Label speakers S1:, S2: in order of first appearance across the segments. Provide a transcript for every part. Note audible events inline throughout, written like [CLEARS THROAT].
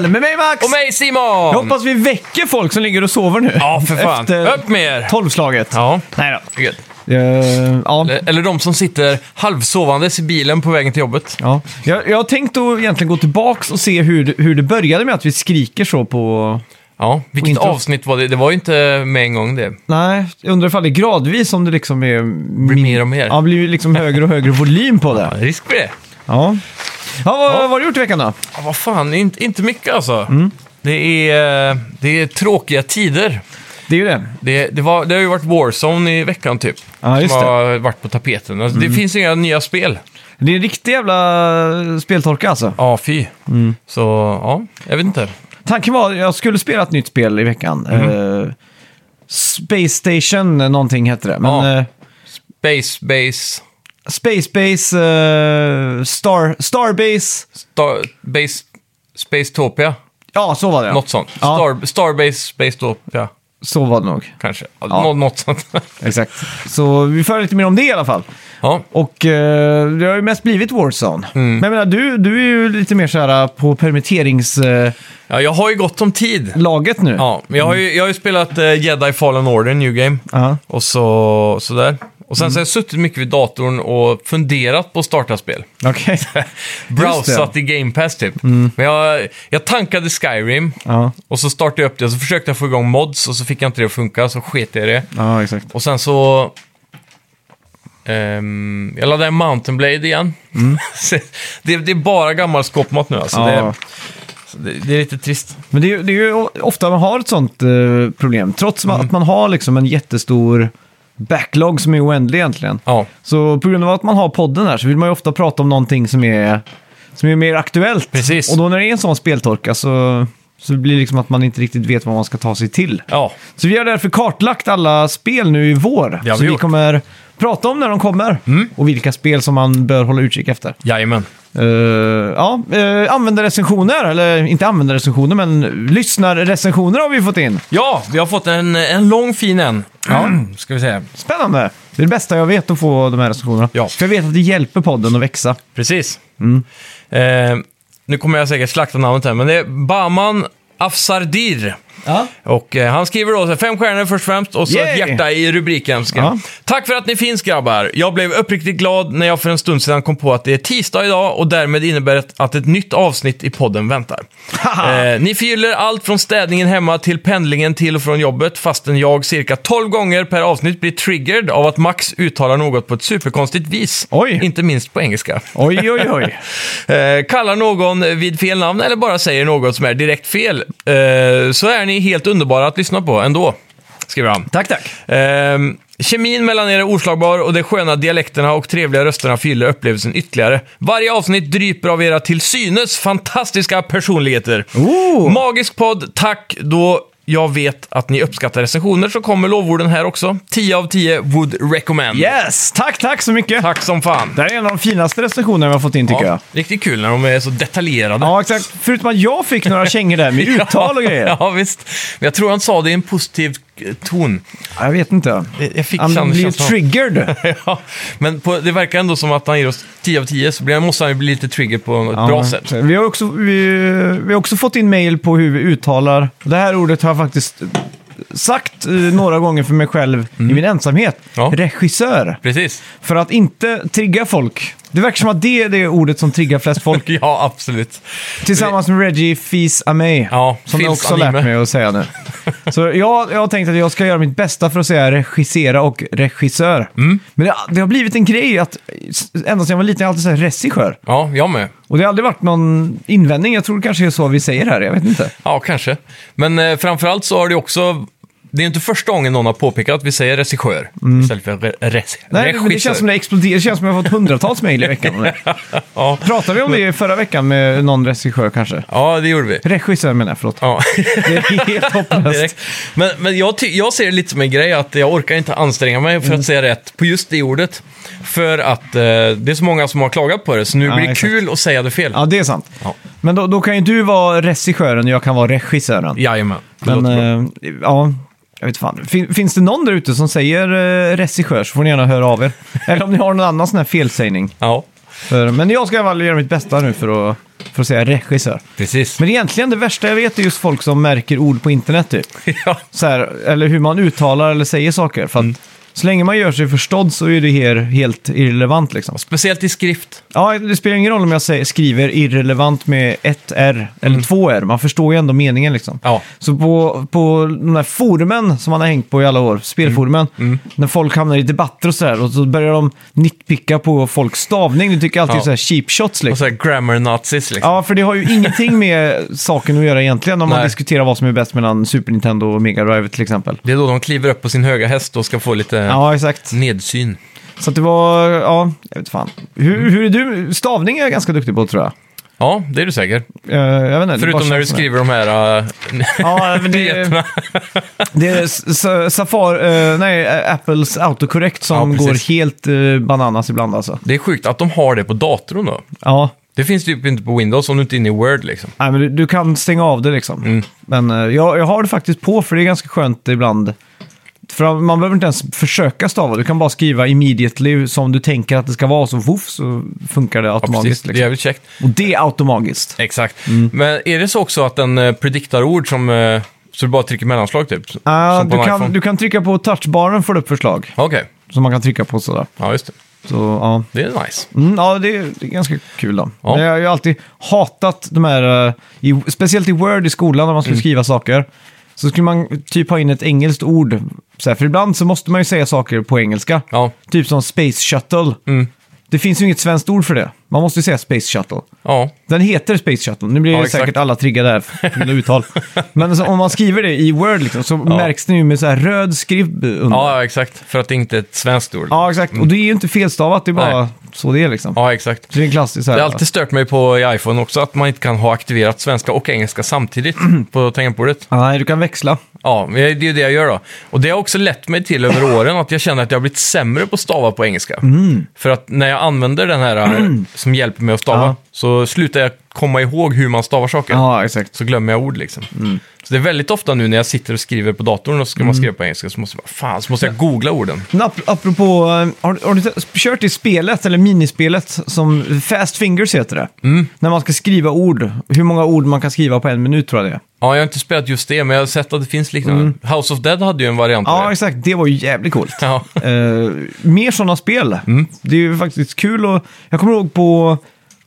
S1: Med mig Max!
S2: Och mig Simon!
S1: Jag hoppas vi väcker folk som ligger och sover nu.
S2: Ja, för fan.
S1: Efter
S2: Upp med er!
S1: tolvslaget.
S2: Ja.
S1: Nej då.
S2: Gud.
S1: Eh, ja.
S2: Eller- Eller de som sitter halvsovandes i bilen på vägen till jobbet.
S1: Ja. Jag, jag har tänkt att egentligen gå tillbaks och se hur, det- hur det började med att vi skriker så på...
S2: Ja, vilket
S1: inte-
S2: avsnitt var det? Det var ju inte med en gång det.
S1: Nej, jag undrar ifall det är gradvis om det liksom är...
S2: Blir mer och mer.
S1: Ja, blir liksom högre och högre volym på det.
S2: Risk för det.
S1: Ja. Ja, vad, vad har du gjort i veckan då?
S2: Ja, vad fan, inte, inte mycket alltså.
S1: Mm.
S2: Det, är, eh, det är tråkiga tider.
S1: Det är ju det.
S2: Det, det, var, det har ju varit Warzone i veckan typ.
S1: Ja, just
S2: som
S1: det. Mm.
S2: har varit på tapeten. Alltså, Det finns inga nya spel.
S1: Det är en riktig jävla speltorka alltså.
S2: Ja, fy. Så, ja, jag vet inte.
S1: Tanken var att jag skulle spela ett nytt spel i veckan.
S2: Mhm.
S1: Eh, Space Station eh, någonting hette det. Men
S2: Ja.
S1: eh,
S2: Base, base,
S1: Space Base, eh, Star, Starbase.
S2: star, base, Spacetopia.
S1: Ja, så var det.
S2: Något sånt.
S1: Ja.
S2: Star, Starbase, Spacetopia,
S1: Så var det nog.
S2: kanske. Ja.
S1: Ja.
S2: Nå, något sånt. [LAUGHS]
S1: Exakt. Så vi får höra lite mer om det i alla fall.
S2: ja.
S1: Och eh, det har ju mest blivit Warzone.
S2: Mm.
S1: Men jag menar, du, du är ju lite mer så här eh, på permitteringslaget
S2: ja, jag har ju gott om tid.
S1: nu.
S2: Ja, men jag har ju, jag har ju spelat eh, Jedi Fallen Order, New Game.
S1: Mm. Ja. Mm.
S2: Och så, sådär. Och sen så har jag suttit mycket vid datorn och funderat på att starta spel. [LAUGHS]
S1: Okej.
S2: Browsat i Game Pass typ. Men jag, jag tankade Skyrim
S1: Mm. Ja.
S2: och så startade jag upp det och så försökte jag få igång mods och så fick jag inte det att funka så sket jag i det.
S1: ja, exakt.
S2: Och sen så... ehm, jag laddade en Mountain Blade igen. [LAUGHS] Så det, det är bara gammal skåpmat nu alltså.
S1: Ja.
S2: Det, så det, det är lite trist.
S1: Men det är, ju- det är ju ofta man har ett sånt eh, problem. Trots
S2: Mm.
S1: ma- att man har liksom en jättestor backlog som är oändlig egentligen.
S2: Ja,
S1: Så på grund av att man har podden här så vill man ju ofta prata om någonting som är, som är mer aktuellt.
S2: Precis.
S1: Och då när det är en sån speltorka så, så blir det liksom att man inte riktigt vet vad man ska ta sig till.
S2: ja.
S1: Så vi har därför kartlagt alla spel nu i vår.
S2: Det har
S1: så
S2: vi
S1: vi
S2: gjort. Mm.
S1: kommer prata om när de kommer och vilka spel som man bör hålla utkik efter.
S2: jajamän.
S1: Eh, ja, uh, användarrecensioner, eller inte användarrecensioner, men lyssnarrecensioner har vi fått in.
S2: Ja, vi har fått en, en lång fin en. Ja. Ska vi säga.
S1: Spännande! Det är det bästa jag vet att få de här recensionerna.
S2: Ja.
S1: För jag vet att det hjälper podden att växa.
S2: Precis. Eh, nu kommer jag säkert slakta namnet här, men det är Bahman Afsardir.
S1: Ja.
S2: Och eh, han skriver då så här, fem stjärnor först och främst och så
S1: Yay!
S2: ett hjärta i rubriken. Ska.
S1: Ja.
S2: Tack för att ni finns grabbar. Jag blev uppriktigt glad när jag för en stund sedan kom på att det är tisdag idag och därmed innebär det att ett nytt avsnitt i podden väntar. eh, ni förgyller allt från städningen hemma till pendlingen till och från jobbet fastän jag cirka 12 gånger per avsnitt blir triggered av att Max uttalar något på ett superkonstigt vis.
S1: Oj.
S2: Inte minst på engelska.
S1: Oj, oj, oj.
S2: Eh, kallar någon vid fel namn eller bara säger något som är direkt fel, eh, så är ni helt underbara att lyssna på ändå, skriver han.
S1: tack, tack.
S2: Ehm, kemin mellan er är oslagbar och de sköna dialekterna och trevliga rösterna fyller upplevelsen ytterligare. Varje avsnitt dryper av era till synes fantastiska personligheter.
S1: Oh.
S2: Magisk podd, tack då jag vet att ni uppskattar recensioner så kommer lovorden här också. 10 av 10 would recommend.
S1: Yes, tack, tack så mycket.
S2: Tack som fan.
S1: Det här är en av de finaste recensionerna vi har fått in tycker jag.
S2: riktigt kul när de är så detaljerade.
S1: Ja, exakt. Förutom att jag fick några kängor där med uttal och grejer.
S2: [LAUGHS] Ja, visst. Men jag tror han sa det i en positiv eh,
S1: [LAUGHS]
S2: ton.
S1: Jag vet inte.
S2: Jag- Jag fick
S1: Han
S2: känslan-
S1: blir ju
S2: känslan-
S1: triggered.
S2: ja, men på, det verkar ändå som att han ger oss 10 av 10, så blir- måste han ju bli lite trigger på ett bra sätt.
S1: Vi har, också, vi, vi har också fått in mail på hur vi uttalar. Det här ordet har jag faktiskt sagt eh, några gånger för mig själv i min ensamhet.
S2: Mm. Ja.
S1: Regissör.
S2: Precis.
S1: För att inte trigga folk. Det verkar som att det är det ordet som triggar flest
S2: [LAUGHS]
S1: folk.
S2: Ja, absolut.
S1: Tillsammans med Reggie Fils Amey.
S2: Ja,
S1: som jag
S2: Fils
S1: också lärt
S2: anime.
S1: mig att säga
S2: [LAUGHS]
S1: nu. Så jag, jag har tänkt att jag ska göra mitt bästa för att säga regissera och regissör.
S2: Mm.
S1: Men det, det har blivit en grej att ända sedan jag var liten har jag alltid sagt regissör.
S2: Ja, jag med.
S1: Och det har aldrig varit någon invändning. Jag tror det kanske är så vi säger här, jag vet inte.
S2: Ja, kanske. Men eh, framförallt så har det också... Det är inte första gången någon har påpekat att vi säger regissör istället för re- res-
S1: Mm. Nej, men
S2: regissör.
S1: det känns som det exploderar. Det känns som jag har fått hundratals mejl i veckan.
S2: [LAUGHS] Ja.
S1: Pratade vi om det förra veckan med någon regissör kanske?
S2: ja, det gjorde vi.
S1: Regissör menar jag, förlåt.
S2: Ja. [LAUGHS]
S1: Det är helt hopplöst.
S2: Direkt. Men, men jag, ty- jag ser det lite som en grej att jag orkar inte anstränga mig för
S1: Mm.
S2: att säga rätt på just det ordet. För att eh, det är så många som har klagat på det, så nu
S1: Ja,
S2: blir det
S1: exakt.
S2: kul att säga det fel.
S1: Ja, det är sant.
S2: Ja.
S1: Men då, då kan ju du vara regissören och jag kan vara regissören.
S2: Jajamän. Det
S1: Men,
S2: låter bra.
S1: eh, ja, jag vet fan. Fin, finns det någon där ute som säger eh, regissör så får ni gärna höra av
S2: [LAUGHS]
S1: er. Eller om ni har någon annan sån här felsägning.
S2: Ja.
S1: För, men jag ska i alla fall göra mitt bästa nu för att, för att för att säga regissör.
S2: Precis.
S1: Men egentligen det värsta jag vet är just folk som märker ord på internet typ.
S2: [LAUGHS] ja.
S1: Så här, eller hur man uttalar eller säger saker. För att
S2: Mm.
S1: så länge man gör sig förstådd så är det här helt irrelevant liksom.
S2: Speciellt i skrift.
S1: Ja, det spelar ingen roll om jag säger, skriver irrelevant med ett R eller två R. Man förstår ju ändå meningen liksom.
S2: Mm. Ja.
S1: Så på, på de där forumen som man har hängt på i alla år, spelforumen,
S2: Mm.
S1: när folk hamnar i debatter och sådär och så börjar de nitpicka på folks stavning. Det tycker alltid
S2: Ja.
S1: så här cheap shots
S2: Och
S1: liksom.
S2: så här grammar nazis liksom.
S1: Ja, för det har ju ingenting med saken att göra egentligen om man
S2: Nej.
S1: diskuterar vad som är bäst mellan Super Nintendo och Mega Drive till exempel.
S2: Det är då de kliver upp på sin höga häst och ska få lite
S1: Ja, exakt.
S2: nedsyn.
S1: Så att det var, ja, jag vet fan. Hur, hur är du? Stavning är jag ganska duktig på tror jag.
S2: Ja, det är du säker.
S1: Eh, jag vet inte, det bara
S2: Förutom när du
S1: känns som det.
S2: skriver de här... Uh,
S1: Ja,
S2: [LAUGHS]
S1: men det,
S2: Nyheterna.
S1: det är s- Safari, eh, nej, Apples autocorrect som
S2: Ja, precis.
S1: går helt eh, bananas ibland alltså.
S2: det är sjukt att de har det på datorn då.
S1: Ja,
S2: Det finns typ inte på Windows om du inte är inne i Word liksom.
S1: nej, men du, du kan stänga av det liksom.
S2: Mm.
S1: Men eh, jag, jag har det faktiskt på för det är ganska skönt ibland. För man behöver inte ens försöka stava, du kan bara skriva immediately som du tänker att det ska vara, så voff så funkar det
S2: Ja, precis.
S1: automatiskt.
S2: Det
S1: liksom.
S2: är
S1: Mm.
S2: jävligt käckt.
S1: Och det är automagiskt.
S2: Exakt. Men är det så också att den eh, prediktar ord som... eh, så du bara trycker mellanslag typ? s-
S1: Ah,
S2: som på
S1: du,
S2: en
S1: kan,
S2: iPhone?
S1: du kan trycka på touchbaren får du upp förslag
S2: Okej.
S1: som man kan trycka på sådär.
S2: Ja, just det.
S1: Så, ja.
S2: Det är nice.
S1: Mm, ja, det är, det är ganska kul då.
S2: Ja.
S1: Men jag har ju alltid hatat de här, eh, i, speciellt i Word i skolan när man
S2: Mm.
S1: skulle skriva saker. Så skulle man typ ha in ett engelskt ord. Så här, för ibland så måste man ju säga saker på engelska.
S2: Ja. Mm.
S1: Typ som Space Shuttle. Det finns ju inget svenskt ord för det. Man måste ju säga Space Shuttle.
S2: Ja.
S1: Den heter Space Shuttle. Nu blir
S2: Ja,
S1: ju
S2: exakt.
S1: säkert alla triggade här på grund av
S2: [LAUGHS]
S1: uttal. Men så, om man skriver det i Word liksom, så märks det ju med så här röd skrift under. Ja,
S2: ja, exakt. För att det inte är ett svenskt ord.
S1: exakt. Och det är ju inte felstavat, det är bara
S2: Nej.
S1: så det är liksom.
S2: Ja, exakt.
S1: Så det är en klassisk så här,
S2: Det har alltid stört mig på i iPhone också att man inte kan ha aktiverat svenska och
S1: [CLEARS THROAT]
S2: engelska samtidigt på tangentbordet.
S1: Ja, Nej, du kan växla.
S2: Ja, men det är ju det jag gör då. Och det har också lett mig till över åren att jag känner att jag har blivit sämre på att stava på engelska.
S1: Mm.
S2: För att när jag använder den här eh, som hjälper mig att stava
S1: Ja.
S2: så slutar jag komma ihåg hur man stavar saker.
S1: Ja, Mm. exakt.
S2: Så glömmer jag ord liksom. Så det är väldigt ofta nu när jag sitter och skriver på datorn och så ska
S1: Mm.
S2: man skriva på engelska så måste jag, bara, fan, så måste jag googla orden.
S1: Men ap- apropå, eh, har, har du t- kört i spelet, eller minispelet, som Fast Fingers heter det? När man ska skriva ord, hur många ord man kan skriva på en minut tror jag det är.
S2: Ja, jag har inte spelat just det, men jag har sett att det finns liknande. House of Dead hade ju en variant av
S1: Mm. Ja,
S2: det.
S1: exakt. Det var ju jävligt coolt.
S2: Ja. [LAUGHS]
S1: Eh, mer sådana spel. Det är ju faktiskt kul och jag kommer ihåg på,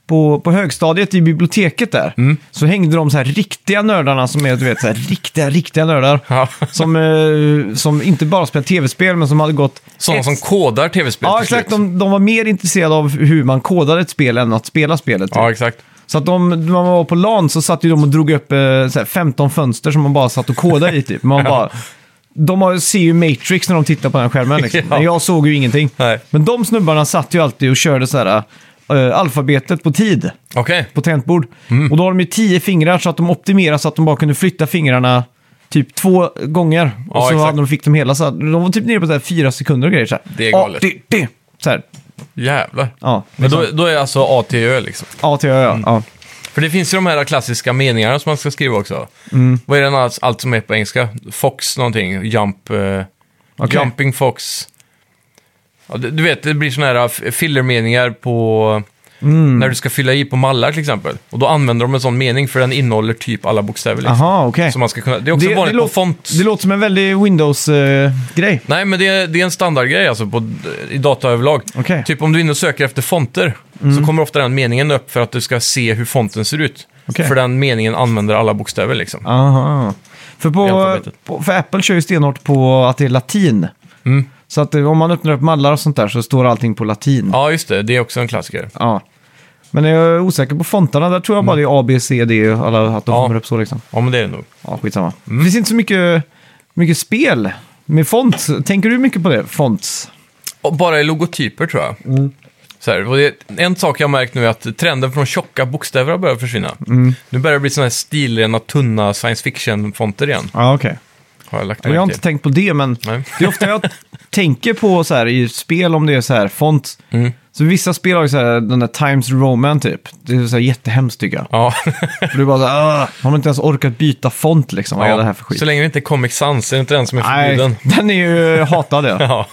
S1: på, på högstadiet i biblioteket där, så hängde de så här riktiga nördarna som är, du vet, så här riktiga, riktiga nördar.
S2: Ja.
S1: Som, eh, som inte bara spelar tv-spel, men som hade gått
S2: Sådana
S1: ett
S2: som kodar tv-spel
S1: Ja,
S2: till slut.
S1: exakt. De, de var mer intresserade av hur man kodade ett spel än att spela spelet. typ.
S2: Ja, exakt.
S1: Så att de, när man var på LAN så satt ju de och drog upp eh, så här 15 fönster som man bara satt och kodade i typ. Man bara, de har, ser ju Matrix när de tittar på den här skärmen liksom.
S2: [LAUGHS] Ja.
S1: Men jag såg ju ingenting.
S2: Nej.
S1: Men de snubbarna satt ju alltid och körde så här eh, alfabetet på tid
S2: Okej.
S1: på tangentbord.
S2: Mm.
S1: Och då har de ju tio fingrar så att de optimerade så att de bara kunde flytta fingrarna typ två gånger.
S2: Ja,
S1: och så
S2: exakt.
S1: hade de, fick de hela så här, de var typ nere på så här fyra sekunder och grejer så här.
S2: Det är galet.
S1: Ja, det, det. Så här,
S2: Jävlar.
S1: ja. liksom.
S2: Men då, då är alltså A till Ö liksom.
S1: Ja, till ja, ja. ja.
S2: För det finns ju de här klassiska meningarna som man ska skriva också.
S1: Mm.
S2: Vad är den allt, allt som är på engelska? Fox någonting, jump, eh,
S1: Okej.
S2: jumping fox. Ja, du, du vet, det blir sådana här eh, f- fillermeningar på...
S1: Mm.
S2: När du ska fylla i på mallar till exempel. Och då använder de en sån mening för den innehåller typ alla bokstäver. Liksom.
S1: Aha, okej.
S2: Så man ska kunna, det är också vanligt på
S1: låter-
S2: font.
S1: det låter som en väldig Windows-grej.
S2: Nej, men det är, det är en standardgrej alltså på, i data överlag.
S1: Okej. Mm.
S2: Typ om du är inne och söker efter fonter så kommer ofta den meningen upp för att du ska se hur fonten ser ut.
S1: Okej.
S2: För den meningen använder alla bokstäver liksom.
S1: Aha. För,
S2: I
S1: på,
S2: alfabetet.
S1: på, för Apple kör ju stenhårt på att det är latin.
S2: Mm.
S1: Så att eh, om man öppnar upp mallar och sånt där så står allting på latin. Ja.
S2: Ja, just det. Det är också en klassiker.
S1: Men jag är osäker på fontarna. Där tror jag bara det är A, B, C, D och alla, att de
S2: Ja.
S1: kommer upp så liksom.
S2: Ja, men det är det nog.
S1: Ja, skitsamma. Det finns inte så mycket, mycket spel med fonts. Tänker du mycket på det? Fonts?
S2: Och bara i logotyper tror jag.
S1: Mm.
S2: Så här, och det, en sak jag har märkt nu är att trenden från tjocka bokstäver har börjat försvinna.
S1: Mm.
S2: Nu börjar det bli sådana här stilrena, tunna science fiction-fonter igen.
S1: Ja, okej.
S2: Har jag lagt
S1: Jag har
S2: märke
S1: inte
S2: till.
S1: tänkt på det, men
S2: Nej.
S1: det är ofta jag tänker på så här i spel om det är så här font. Så vissa spel har ju så här den där Times Roman typ. Det är så här jättehemskt tycker jag.
S2: Ja.
S1: För det är bara så här, "Åh, har man inte ens orkat byta font liksom? Vad är
S2: [LAUGHS]
S1: det här för skit? [LAUGHS]
S2: Så länge det inte är Comic Sans, är det inte den som är
S1: Nej,
S2: förbjuden?
S1: den är ju hatad ja.
S2: [LAUGHS] Ja.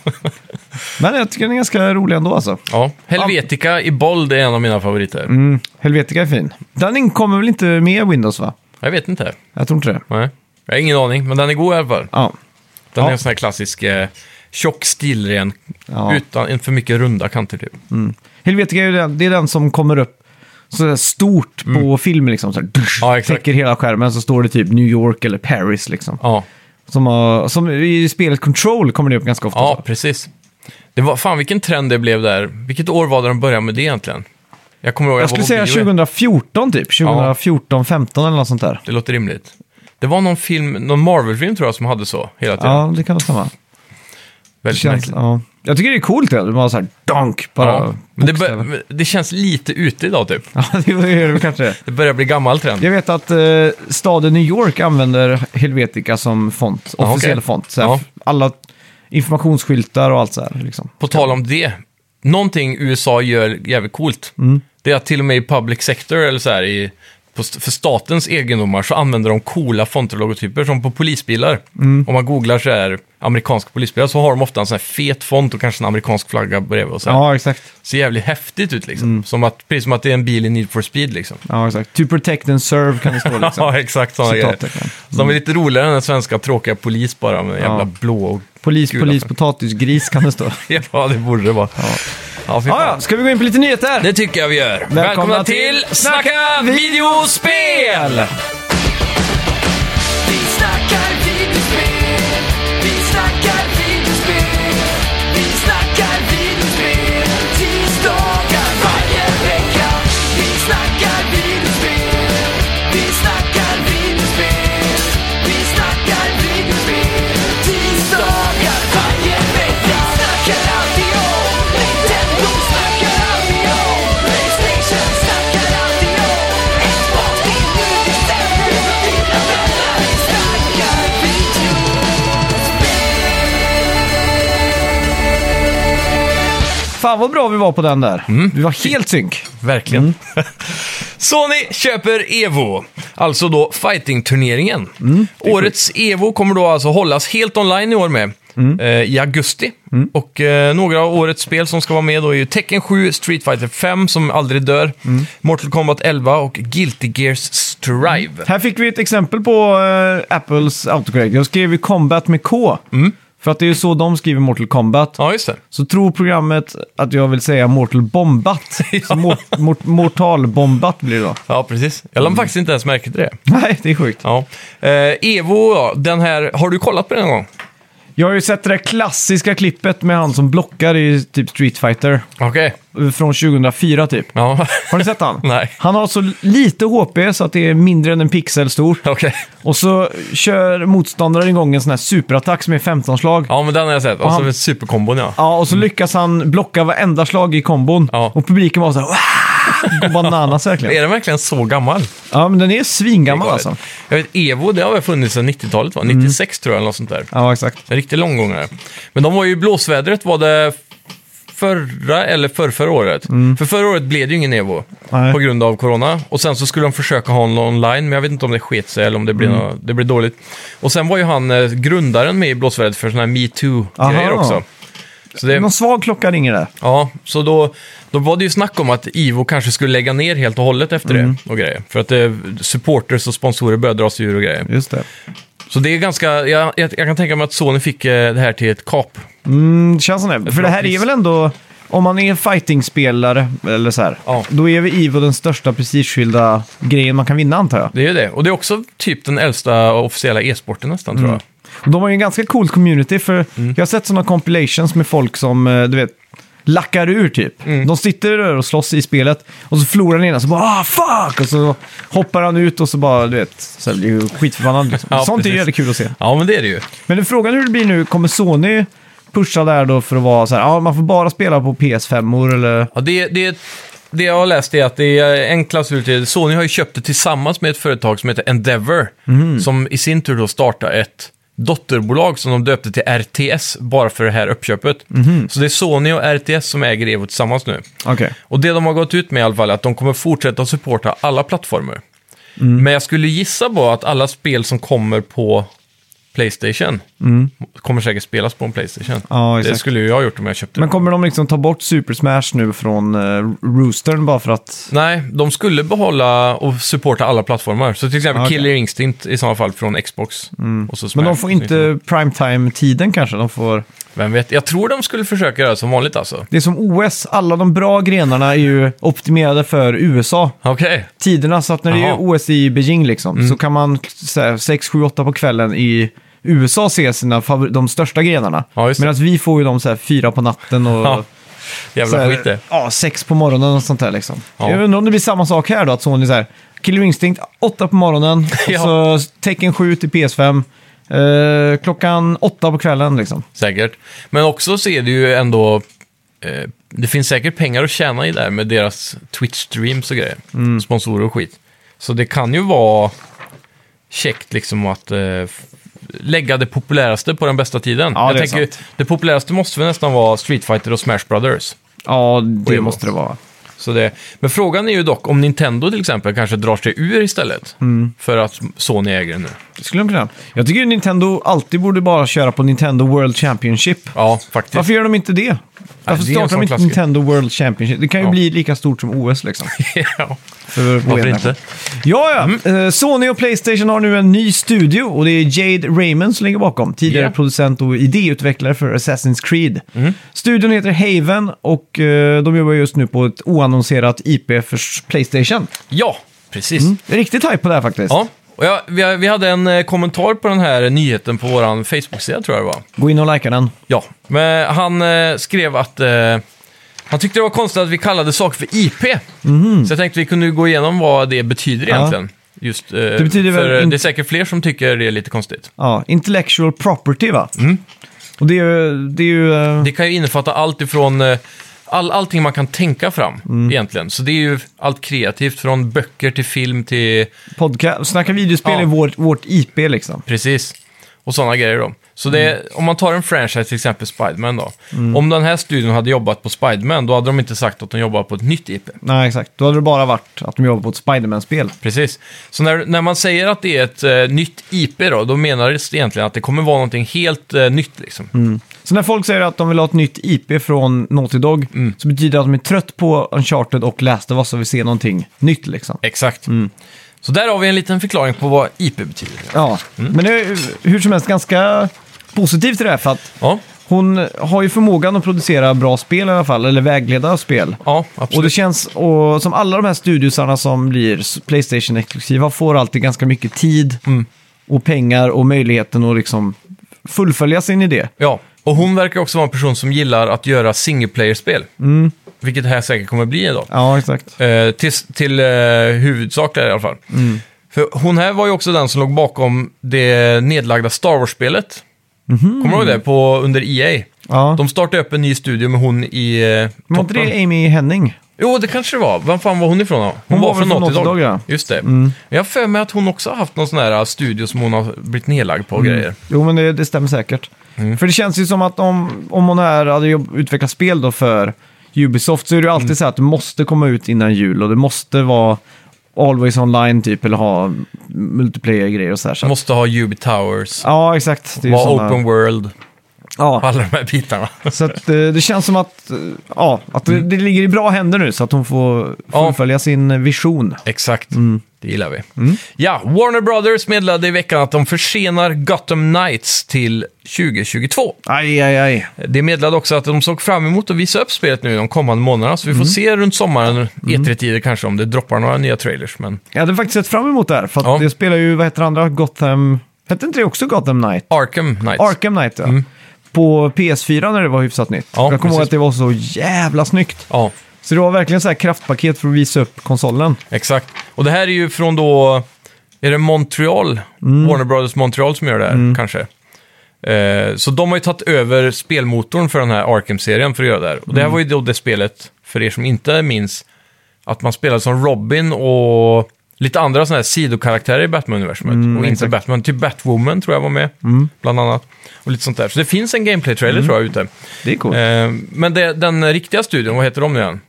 S1: Men jag tycker den är ganska rolig ändå alltså.
S2: Ja. Helvetica i bold är en av mina favoriter.
S1: Mm, Helvetica är fin. Den in- kommer väl inte med Windows va?
S2: Jag vet inte.
S1: Jag tror inte det.
S2: Nej. Jag har ingen aning, men den är god i alla fall.
S1: Ja.
S2: Den
S1: Ja.
S2: är en sån här klassisk eh, tjock stilren,
S1: Ja. Mm.
S2: utan inte för mycket runda kanter typ.
S1: Helvetica är ju den, det är den som kommer upp så där stort på film liksom. Så här,
S2: Mm. Ja, exakt.
S1: täcker hela skärmen så står det typ New York eller Paris liksom.
S2: Ja,
S1: Som, har- som i spelet Control kommer det upp ganska ofta.
S2: ja precis. Det var, fan vilken trend det blev där. Vilket år var det de började med det egentligen? Jag kommer ihåg, jag,
S1: Jag skulle
S2: var på
S1: säga
S2: bio.
S1: 2014 typ. 2014, 15 eller något sånt där.
S2: Det låter rimligt. Det var någon film, någon Marvel-film tror jag som hade så hela tiden.
S1: Ja, det kan det stämma. Det
S2: Väldigt
S1: känns,
S2: märkligt.
S1: ja. Jag tycker det är coolt. Det. Man har så här donk, bara
S2: Ja. Men det,
S1: bokstäver. [LAUGHS]
S2: bör, det känns lite ute idag typ.
S1: Ja, det är det kanske det.
S2: Det börjar bli gammal trend.
S1: Jag vet att eh, staden New York använder Helvetica som font,
S2: Ja,
S1: officiell
S2: okej.
S1: font. Så här,
S2: Ja.
S1: Alla informationsskyltar och allt så här. Liksom.
S2: På tal om det, någonting USA gör jävligt coolt, det är att till och med i public sector, eller så här, i, på, st- för statens egendomar, så använder de coola fonter och logotyper, som på polisbilar. Om man googlar så här, amerikanska polisbilar, så har de ofta en sån här fet font och kanske en amerikansk flagga bredvid. Och så här.
S1: Ja, exakt.
S2: Ser jävligt häftigt ut liksom. Som att, precis som att det är en bil i Need for Speed liksom.
S1: Ja, exakt. To protect and serve kan det stå liksom.
S2: [LAUGHS] ja, exakt sådana grejer. Mm.
S1: Citattecken.
S2: Så de är lite roligare än den svenska tråkiga polis bara, med jävla blå och... [LAUGHS]
S1: Polis,
S2: [LAUGHS] Gud,
S1: polis,
S2: alltså.
S1: potatisgris kan
S2: [LAUGHS]
S1: det stå. ja,
S2: Ja, det borde det vara. Ja, fy fan.
S1: ja, ska vi gå in på lite nyheter?
S2: Det tycker jag vi gör. Välkomna, till Snacka videospel!
S3: Vi snackar videospel, vi snackar videospel, vi snackar videospel, tisdagar varje vecka. Vi snackar videospel, vi snackar videospel, vi snackar videospel, tisdagar varje vecka. Snackar alltid om Nintendo, snackar alltid om Playstation, snackar alltid om Xbox, det är nu december, mina vänner. Vi snackar video.
S1: Fan vad bra vi var på den där.
S2: Mm.
S1: Vi var helt synk.
S2: Verkligen. [LAUGHS] Sony Mm. köper Evo, alltså då fighting-turneringen. Årets Evo kommer då alltså hållas helt online i år med, eh, i augusti. Och eh, några av årets spel som ska vara med då är ju Tekken 7, Street Fighter 5 som aldrig dör, Mortal Kombat 11 och Guilty Gears Strive.
S1: Här fick vi ett exempel på eh, Apples autocorrect. Jag skrev ju combat med K.
S2: Mm.
S1: För att det är ju så de skriver Mortal Kombat.
S2: Ja, just det.
S1: Så tror programmet att jag vill säga Mortal [LAUGHS] Bombat. Så mor- mor- mortal Bombat blir det då.
S2: Ja, precis. Jag lade faktiskt inte ens märke till det.
S1: Nej, det är sjukt.
S2: Mm. Ja. Eh, Evo, ja, den här, har du kollat på den någon gång?
S1: Jag har ju sett det där klassiska klippet med han som blockar i typ Street Fighter.
S2: Okej.
S1: eh, Från 2004 typ.
S2: Ja. [LAUGHS]
S1: Har ni sett [LAUGHS] han?
S2: Nej.
S1: Han har så lite HP så att det är mindre än en pixel stort.
S2: Okej.
S1: Och så kör motståndaren igång en sån här superattack som är 15 slag. Ja. Mm.
S2: Ja, men den har jag sett. Och
S1: han-
S2: så är superkombon, ja.
S1: och så lyckas han blocka varenda slag i kombon.
S2: Ja.
S1: Och publiken var så här "Wah!" Går bananas [LAUGHS] verkligen.
S2: Är den verkligen så gammal?
S1: Ja, men den är svingammal alltså. Mm.
S2: Jag vet, Evo, det har väl funnits sedan 90-talet, va? 96 tror jag, eller något sånt där.
S1: Ja, exakt.
S2: En riktig långgångare. Men de var ju, blåsvädret var det förra eller förrförra året. För förra året blev det ju ingen Evo
S1: Mm. Nej.
S2: på grund av corona. Och sen så skulle de försöka ha en online, men jag vet inte om det sket sig eller om det
S1: Mm.
S2: blev, nå- det blev dåligt. Och sen var ju han eh, grundaren med i blåsvädret för sådana här metoo-grejer
S1: Aha.
S2: också. Så det,
S1: Någon svag klocka ringer där.
S2: Ja, så då, då var det ju snack om att Ivo kanske skulle lägga ner helt och hållet efter det och grejer. För att eh, supporters och sponsorer började dra sig ur och grejer.
S1: Just det.
S2: Så det är ganska, jag, jag, jag kan tänka mig att Sony fick eh, det här till ett kap.
S1: Mm, det känns som det. För det här är väl ändå... Om man är fighting-spelare, eller så här,
S2: Ja.
S1: då är väl Ivo den största prestigefyllda grejen man kan vinna antar jag.
S2: Det är ju det. Och det är också typ den äldsta officiella e-sporten nästan tror jag.
S1: Och de har ju en ganska cool community för jag har sett sådana compilations med folk som, eh, du vet, lackar ur typ. De sitter där och slåss i spelet och så förlorar den ena så bara ah fuck! Och så hoppar han ut och så bara, du vet, så här, blir ju skitförbannad. Liksom.
S2: Ja,
S1: Sånt är ju
S2: precis.
S1: jävligt kul att se.
S2: Ja, men det är det ju.
S1: Men det är frågan hur det blir nu, kommer Sony pusha där då för att vara så här, ja man får bara spela på PS5-or eller?
S2: Ja, det, det, det jag har läst är att det är en klausul till. Sony har ju köpt det tillsammans med ett företag som heter Endeavor.
S1: Mhm.
S2: Som i sin tur då startar ett dotterbolag som de döpte till RTS bara för det här uppköpet.
S1: Mhm.
S2: Så det är Sony och RTS som äger Evo tillsammans nu.
S1: Okej.
S2: Och det de har gått ut med i alla fall är att de kommer fortsätta supporta alla plattformar.
S1: Mm.
S2: Men jag skulle gissa på att alla spel som kommer på Playstation Kommer säkert spelas på en Playstation.
S1: Mm. Ja,
S2: det
S1: exakt.
S2: skulle ju jag ha gjort om jag köpte
S1: Men
S2: det.
S1: kommer de liksom ta bort Super Smash nu från uh, Roostern bara för att...
S2: Nej, de skulle behålla och supporta alla plattformar. Så till exempel
S1: Ah, okej. Mm.
S2: Killer Instinct i sådana fall från Xbox. Och så
S1: Men de
S2: Smash.
S1: får inte primetime-tiden kanske? De får...
S2: Vem vet? Jag tror de skulle försöka göra som vanligt alltså.
S1: Det är som OS, alla de bra grenarna är ju optimerade för USA.
S2: Okej.
S1: Tiderna, så att när det
S2: Jaha. Mm.
S1: är OS i Beijing liksom, så kan man 6, 7, 8 på kvällen i USA se sina favor- de största grenarna.
S2: Ja, just det.
S1: Medan vi får ju dem så här fyra på natten och... så
S2: Ja, Jävla skit
S1: här,
S2: det.
S1: ja, sex på morgonen och sånt där liksom.
S2: Ja.
S1: Jag undrar om det blir samma sak här då, att Sony så här, Killer Instinct, åtta på morgonen,
S2: [LAUGHS] Ja.
S1: och så tecken 7 till PS5, eh, klockan åtta på kvällen liksom.
S2: Säkert. Men också så är det ju ändå... Eh, det finns säkert pengar att tjäna i där med deras Twitch-streams och grejer.
S1: Mm.
S2: Sponsorer och skit. Så det kan ju vara käckt liksom att eh, f- lägga det populäraste på den bästa tiden.
S1: Ja,
S2: Jag
S1: det är
S2: tänker, det populäraste måste väl nästan vara Street Fighter och Smash Brothers.
S1: Ja, det
S2: Evo.
S1: måste det vara.
S2: Så det, men frågan är ju dock om Nintendo till exempel kanske drar sig ur istället. För att Sony äger den nu.
S1: Det skulle de kunna. Jag tycker Nintendo alltid borde bara köra på Nintendo World Championship.
S2: Ja, faktiskt.
S1: Varför gör de inte det? Varför
S2: det är
S1: startar
S2: en sån
S1: de inte
S2: klassiker.
S1: Nintendo World Championship? Det kan ju
S2: Ja.
S1: bli lika stort som OS liksom.
S2: [LAUGHS] ja.
S1: För
S2: Varför
S1: Wena.
S2: inte? Mm.
S1: Ja, ja. Eh, Sony och Playstation har nu en ny studio och det är Jade Raymond som ligger bakom. Tidigare
S2: Ja. Mm.
S1: producent och idéutvecklare för Assassin's Creed. Studion heter Haven och eh, de jobbar just nu på ett oannonserat IP för Playstation.
S2: Ja, precis.
S1: Riktigt hype på det här faktiskt.
S2: Ja, och jag, vi, vi hade en eh, kommentar på den här nyheten på vår Facebook-sida tror jag det var.
S1: Gå in och likea den.
S2: Ja, men han eh, skrev att eh, han tyckte det var konstigt att vi kallade saker för IP. Så jag tänkte vi kunde gå igenom vad det betyder
S1: Mhm. Ja.
S2: egentligen. Just, eh, det
S1: betyder väl
S2: för eh,
S1: in-
S2: det är säkert fler som tycker det är lite konstigt.
S1: Ja, intellectual property va? Och det är ju... Det är ju eh,
S2: Mm. Det kan ju innefatta allt ifrån eh, all, allting man kan tänka fram
S1: Mm.
S2: egentligen. Så det är ju allt kreativt, från böcker till film till
S1: podcast. Snacka videospel
S2: Ja.
S1: är vårt, vårt IP liksom.
S2: Precis. Och sådana grejer då. Så det,
S1: Mm.
S2: om man tar en franchise, till exempel Spiderman då. Om den här studion hade jobbat på Spiderman, då hade de inte sagt att de jobbar på ett nytt IP.
S1: Nej, exakt. Då hade det bara varit att de jobbar på ett Spiderman-spel.
S2: Precis. Så när, när man säger att det är ett eh, nytt IP då, då menar det egentligen att det kommer vara någonting helt eh, nytt liksom.
S1: Så när folk säger att de vill ha ett nytt IP från Naughty Dog så betyder det att de är trött på Uncharted och Last of Us och vill se någonting nytt liksom.
S2: Exakt. Så där har vi en liten förklaring på vad IP betyder.
S1: Ja, men det är ju hur som helst ganska positivt i det här för att
S2: Ja,
S1: hon har ju förmågan att producera bra spel i alla fall, eller vägleda spel.
S2: ja
S1: Och det
S2: absolut.
S1: känns och, som alla de här studiosarna som blir s- Playstation-exklusiva får alltid ganska mycket tid och pengar och möjligheten att liksom fullfölja sin idé.
S2: Ja. Och hon verkar också vara en person som gillar att göra single player-spel.
S1: Mm.
S2: Vilket det här säkert kommer bli idag.
S1: Ja, exakt.
S2: Eh, till till eh, huvudsak där i alla fall.
S1: Mm.
S2: För hon här var ju också den som låg bakom det nedlagda Star Wars-spelet. Kommer du ihåg det? På, under EA.
S1: Mhm. Ja.
S2: De startade upp en ny studio med hon i eh,
S1: Men var inte
S2: toppen.
S1: det Amy Henning?
S2: Jo, det kanske det var. Vem fan var hon ifrån då? Hon,
S1: var väl från Naughty Dog, ja. Mm.
S2: Just det. Jag har för mig att hon också har haft någon sån här eh, studio som hon har blivit nedlagd på och
S1: Mm.
S2: grejer.
S1: Jo, men det, det stämmer säkert.
S2: Mm.
S1: För det känns ju som att om, om hon här hade jobb- utvecklat spel då för Ubisoft så är det ju alltid
S2: Mm.
S1: så här att det måste komma ut innan jul och det måste vara Always online typ eller ha multiplayer-grejer och så här. Så. att-
S2: Måste ha Ubi Towers,
S1: Ja, exakt. Det är ju
S2: vara
S1: såna-
S2: open world,
S1: ja.
S2: alla de här bitarna. [LAUGHS]
S1: Så att, eh, det känns som att, eh, ja, att det, det ligger i bra händer nu så att hon får
S2: Mm. Ja.
S1: fullfölja sin vision.
S2: Exakt, det gillar vi. Ja, Warner Brothers meddelade i veckan att de försenar Gotham Knights till 2022.
S1: Aj, aj, aj.
S2: Det meddelade också att de såg fram emot att visa upp spelet nu de kommande månaderna, så vi får se runt sommaren, E3-tider kanske, om det droppar några nya trailers. Men
S1: Jag hade faktiskt sett fram emot det här, för att
S2: Ja.
S1: det spelar ju, vad heter det andra, Gotham... Hette inte det också Gotham Knight?
S2: Arkham Knights.
S1: Arkham Knight, ja. På PS4 när det var hyfsat nytt.
S2: Mm. Ja,
S1: jag kommer ihåg
S2: precis.
S1: att det var så jävla snyggt.
S2: ja,
S1: Så det var verkligen så här kraftpaket för att visa upp konsolen.
S2: exakt. Och det här är ju från då, är det Montreal? Warner Brothers Montreal som gör det här, kanske. Eh, så de har ju tagit över spelmotorn för den här Arkham-serien för att göra det här. Och det här var ju då det spelet, för er som inte minns, att man spelade som Robin och lite andra sådana här sidokaraktärer i Batman-universumet. och inte
S1: exakt.
S2: Batman, typ Batwoman tror jag var med, bland annat. Och lite sånt där. Så det finns en gameplay-trailer tror jag ute.
S1: Det är coolt.
S2: Eh, men det, den riktiga studion, vad heter de nu igen?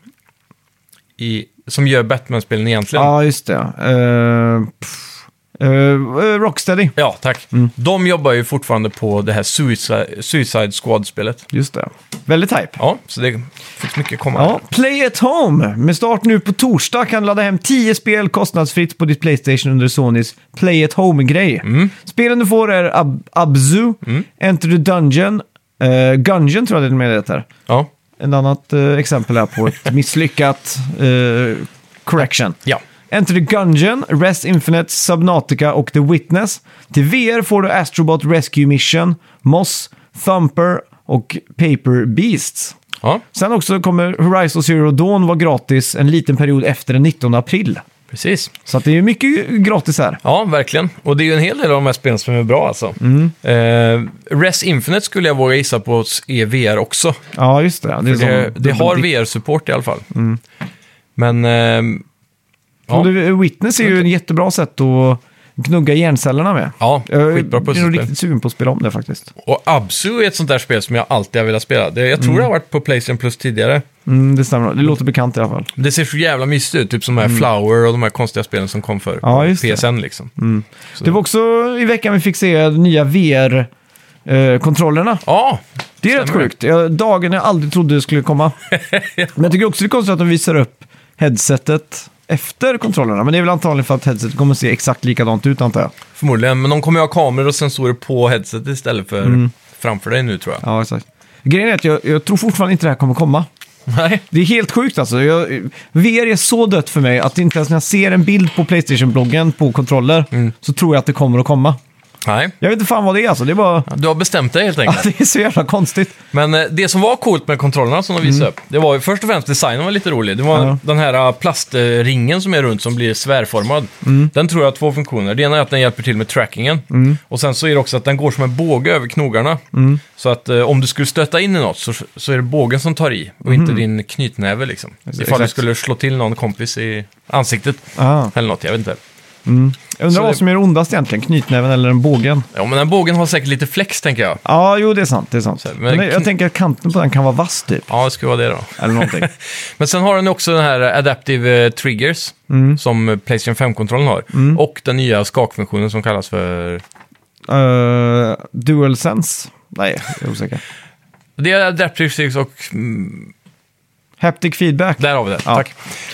S2: I, som gör Batman-spelen egentligen.
S1: Ja, just det. Uh, pff, Eh, Rocksteady,
S2: Ja, tack.
S1: Mm.
S2: De jobbar ju fortfarande på det här Suicide, Suicide Squad-spelet.
S1: just det. Väldigt hype.
S2: Ja, så det finns mycket att komma.
S1: Ja, Play at Home. Med start nu på torsdag kan du ladda hem 10 spel kostnadsfritt på ditt Playstation under Sonys Play at Home-grej.
S2: Mm.
S1: Spelen du får är Ab- Abzu, Enter the Dungeon, eh, Gungeon tror jag det är med det heter.
S2: Ja.
S1: En annat eh, exempel här på
S2: [LAUGHS]
S1: ett misslyckat eh, correction.
S2: ja.
S1: Enter the Gungeon, Res Infinite, Subnautica och The Witness. Till VR får du Astrobot Rescue Mission, Moss, Thumper och Paper Beasts.
S2: Ja,
S1: Sen också kommer Horizon Zero Dawn vara gratis en liten period efter den 19 april.
S2: precis.
S1: Så att det är ju mycket gratis här.
S2: Ja, verkligen. Och det är ju en hel del av de här spelen som är bra alltså.
S1: Mm.
S2: Eh, Res Infinite skulle jag våga gissa på är VR också. Eh,
S1: Ja, just det. Det, är
S2: Det,
S1: som Mm.
S2: det har
S1: dubbeldipp.
S2: VR-support i alla fall. Men... ehm,
S1: Och
S2: ja,
S1: det- Witness är ju ett jättebra sätt att gnugga hjärncellerna med.
S2: ja,
S1: Jag
S2: skitbra
S1: är nog
S2: pusselspel.
S1: riktigt sugen på att spela om det faktiskt.
S2: Och Absu är ett sånt där spel som jag alltid har velat spela. Det, jag tror det har varit på Playstation Plus tidigare.
S1: Mm, det stämmer. Det låter bekant i alla fall.
S2: Det ser så jävla mysigt ut, typ som de här Flower och de här konstiga spelen som kom för
S1: Mm. Ja, just det. Mm.
S2: PSN liksom.
S1: Det var också i veckan vi fick se nya VR-kontrollerna.
S2: Ja,
S1: Det är rätt
S2: Stämmer det?
S1: sjukt. Jag, dagen jag aldrig trodde det skulle [LAUGHS] komma. Men jag tycker också det är konstigt att de visar upp headsetet efter kontrollerna. Men det är väl antagligen för att headsetet kommer se exakt likadant ut antar jag.
S2: förmodligen. Men de kommer ju ha kameror och sensorer på headsetet istället för
S1: Mm.
S2: framför dig nu tror jag.
S1: Ja, exakt. Grejen är att jag, jag tror fortfarande inte det här kommer komma.
S2: Nej.
S1: Det är helt sjukt alltså. Jag, VR är så dött för mig att inte ens när jag ser en bild på Playstation-bloggen på kontroller så tror jag att det kommer att komma.
S2: Nej.
S1: Jag vet inte fan vad det är alltså. Det är bara...
S2: Du har bestämt dig helt
S1: Ja, [LAUGHS]
S2: enkelt.
S1: det är så jävla konstigt.
S2: Men eh, det som var coolt med kontrollerna som de visade upp, det var ju först och främst designen var lite rolig. Det var
S1: Mm. Ja.
S2: den här eh, plastringen som är runt som blir svärformad.
S1: Mm.
S2: Den tror jag har två funktioner. Det ena är att den hjälper till med trackingen. Och sen så är det också att den går som en båge över knogarna.
S1: Mm.
S2: Så att eh, om du skulle stöta in i något så, så är det bågen som tar i och inte din knytnäve liksom. Ifall du
S1: Mm. exakt.
S2: skulle slå till någon kompis i ansiktet
S1: Ah.
S2: eller något, jag vet inte.
S1: Jag undrar
S2: Så
S1: vad
S2: det-
S1: som är det ondast egentligen, knytnäven eller den bågen?
S2: Ja, men den bågen har säkert lite flex tänker jag.
S1: Ja, jo det är sant. Det är sant.
S2: här, men-
S1: men jag tänker att kanten på den kan vara vass typ.
S2: Ja, det skulle vara det då.
S1: Eller
S2: [LAUGHS]
S1: någonting.
S2: Men sen har den också den här Adaptive eh, Triggers
S1: Mm.
S2: som eh, Playstation 5-kontrollen har. Och den nya skakfunktionen som kallas för...
S1: uh, DualSense? Nej, jag är osäker.
S2: Det är Adaptive Triggers och... mm,
S1: Haptic feedback.
S2: Där har vi det,
S1: Ja.
S2: tack.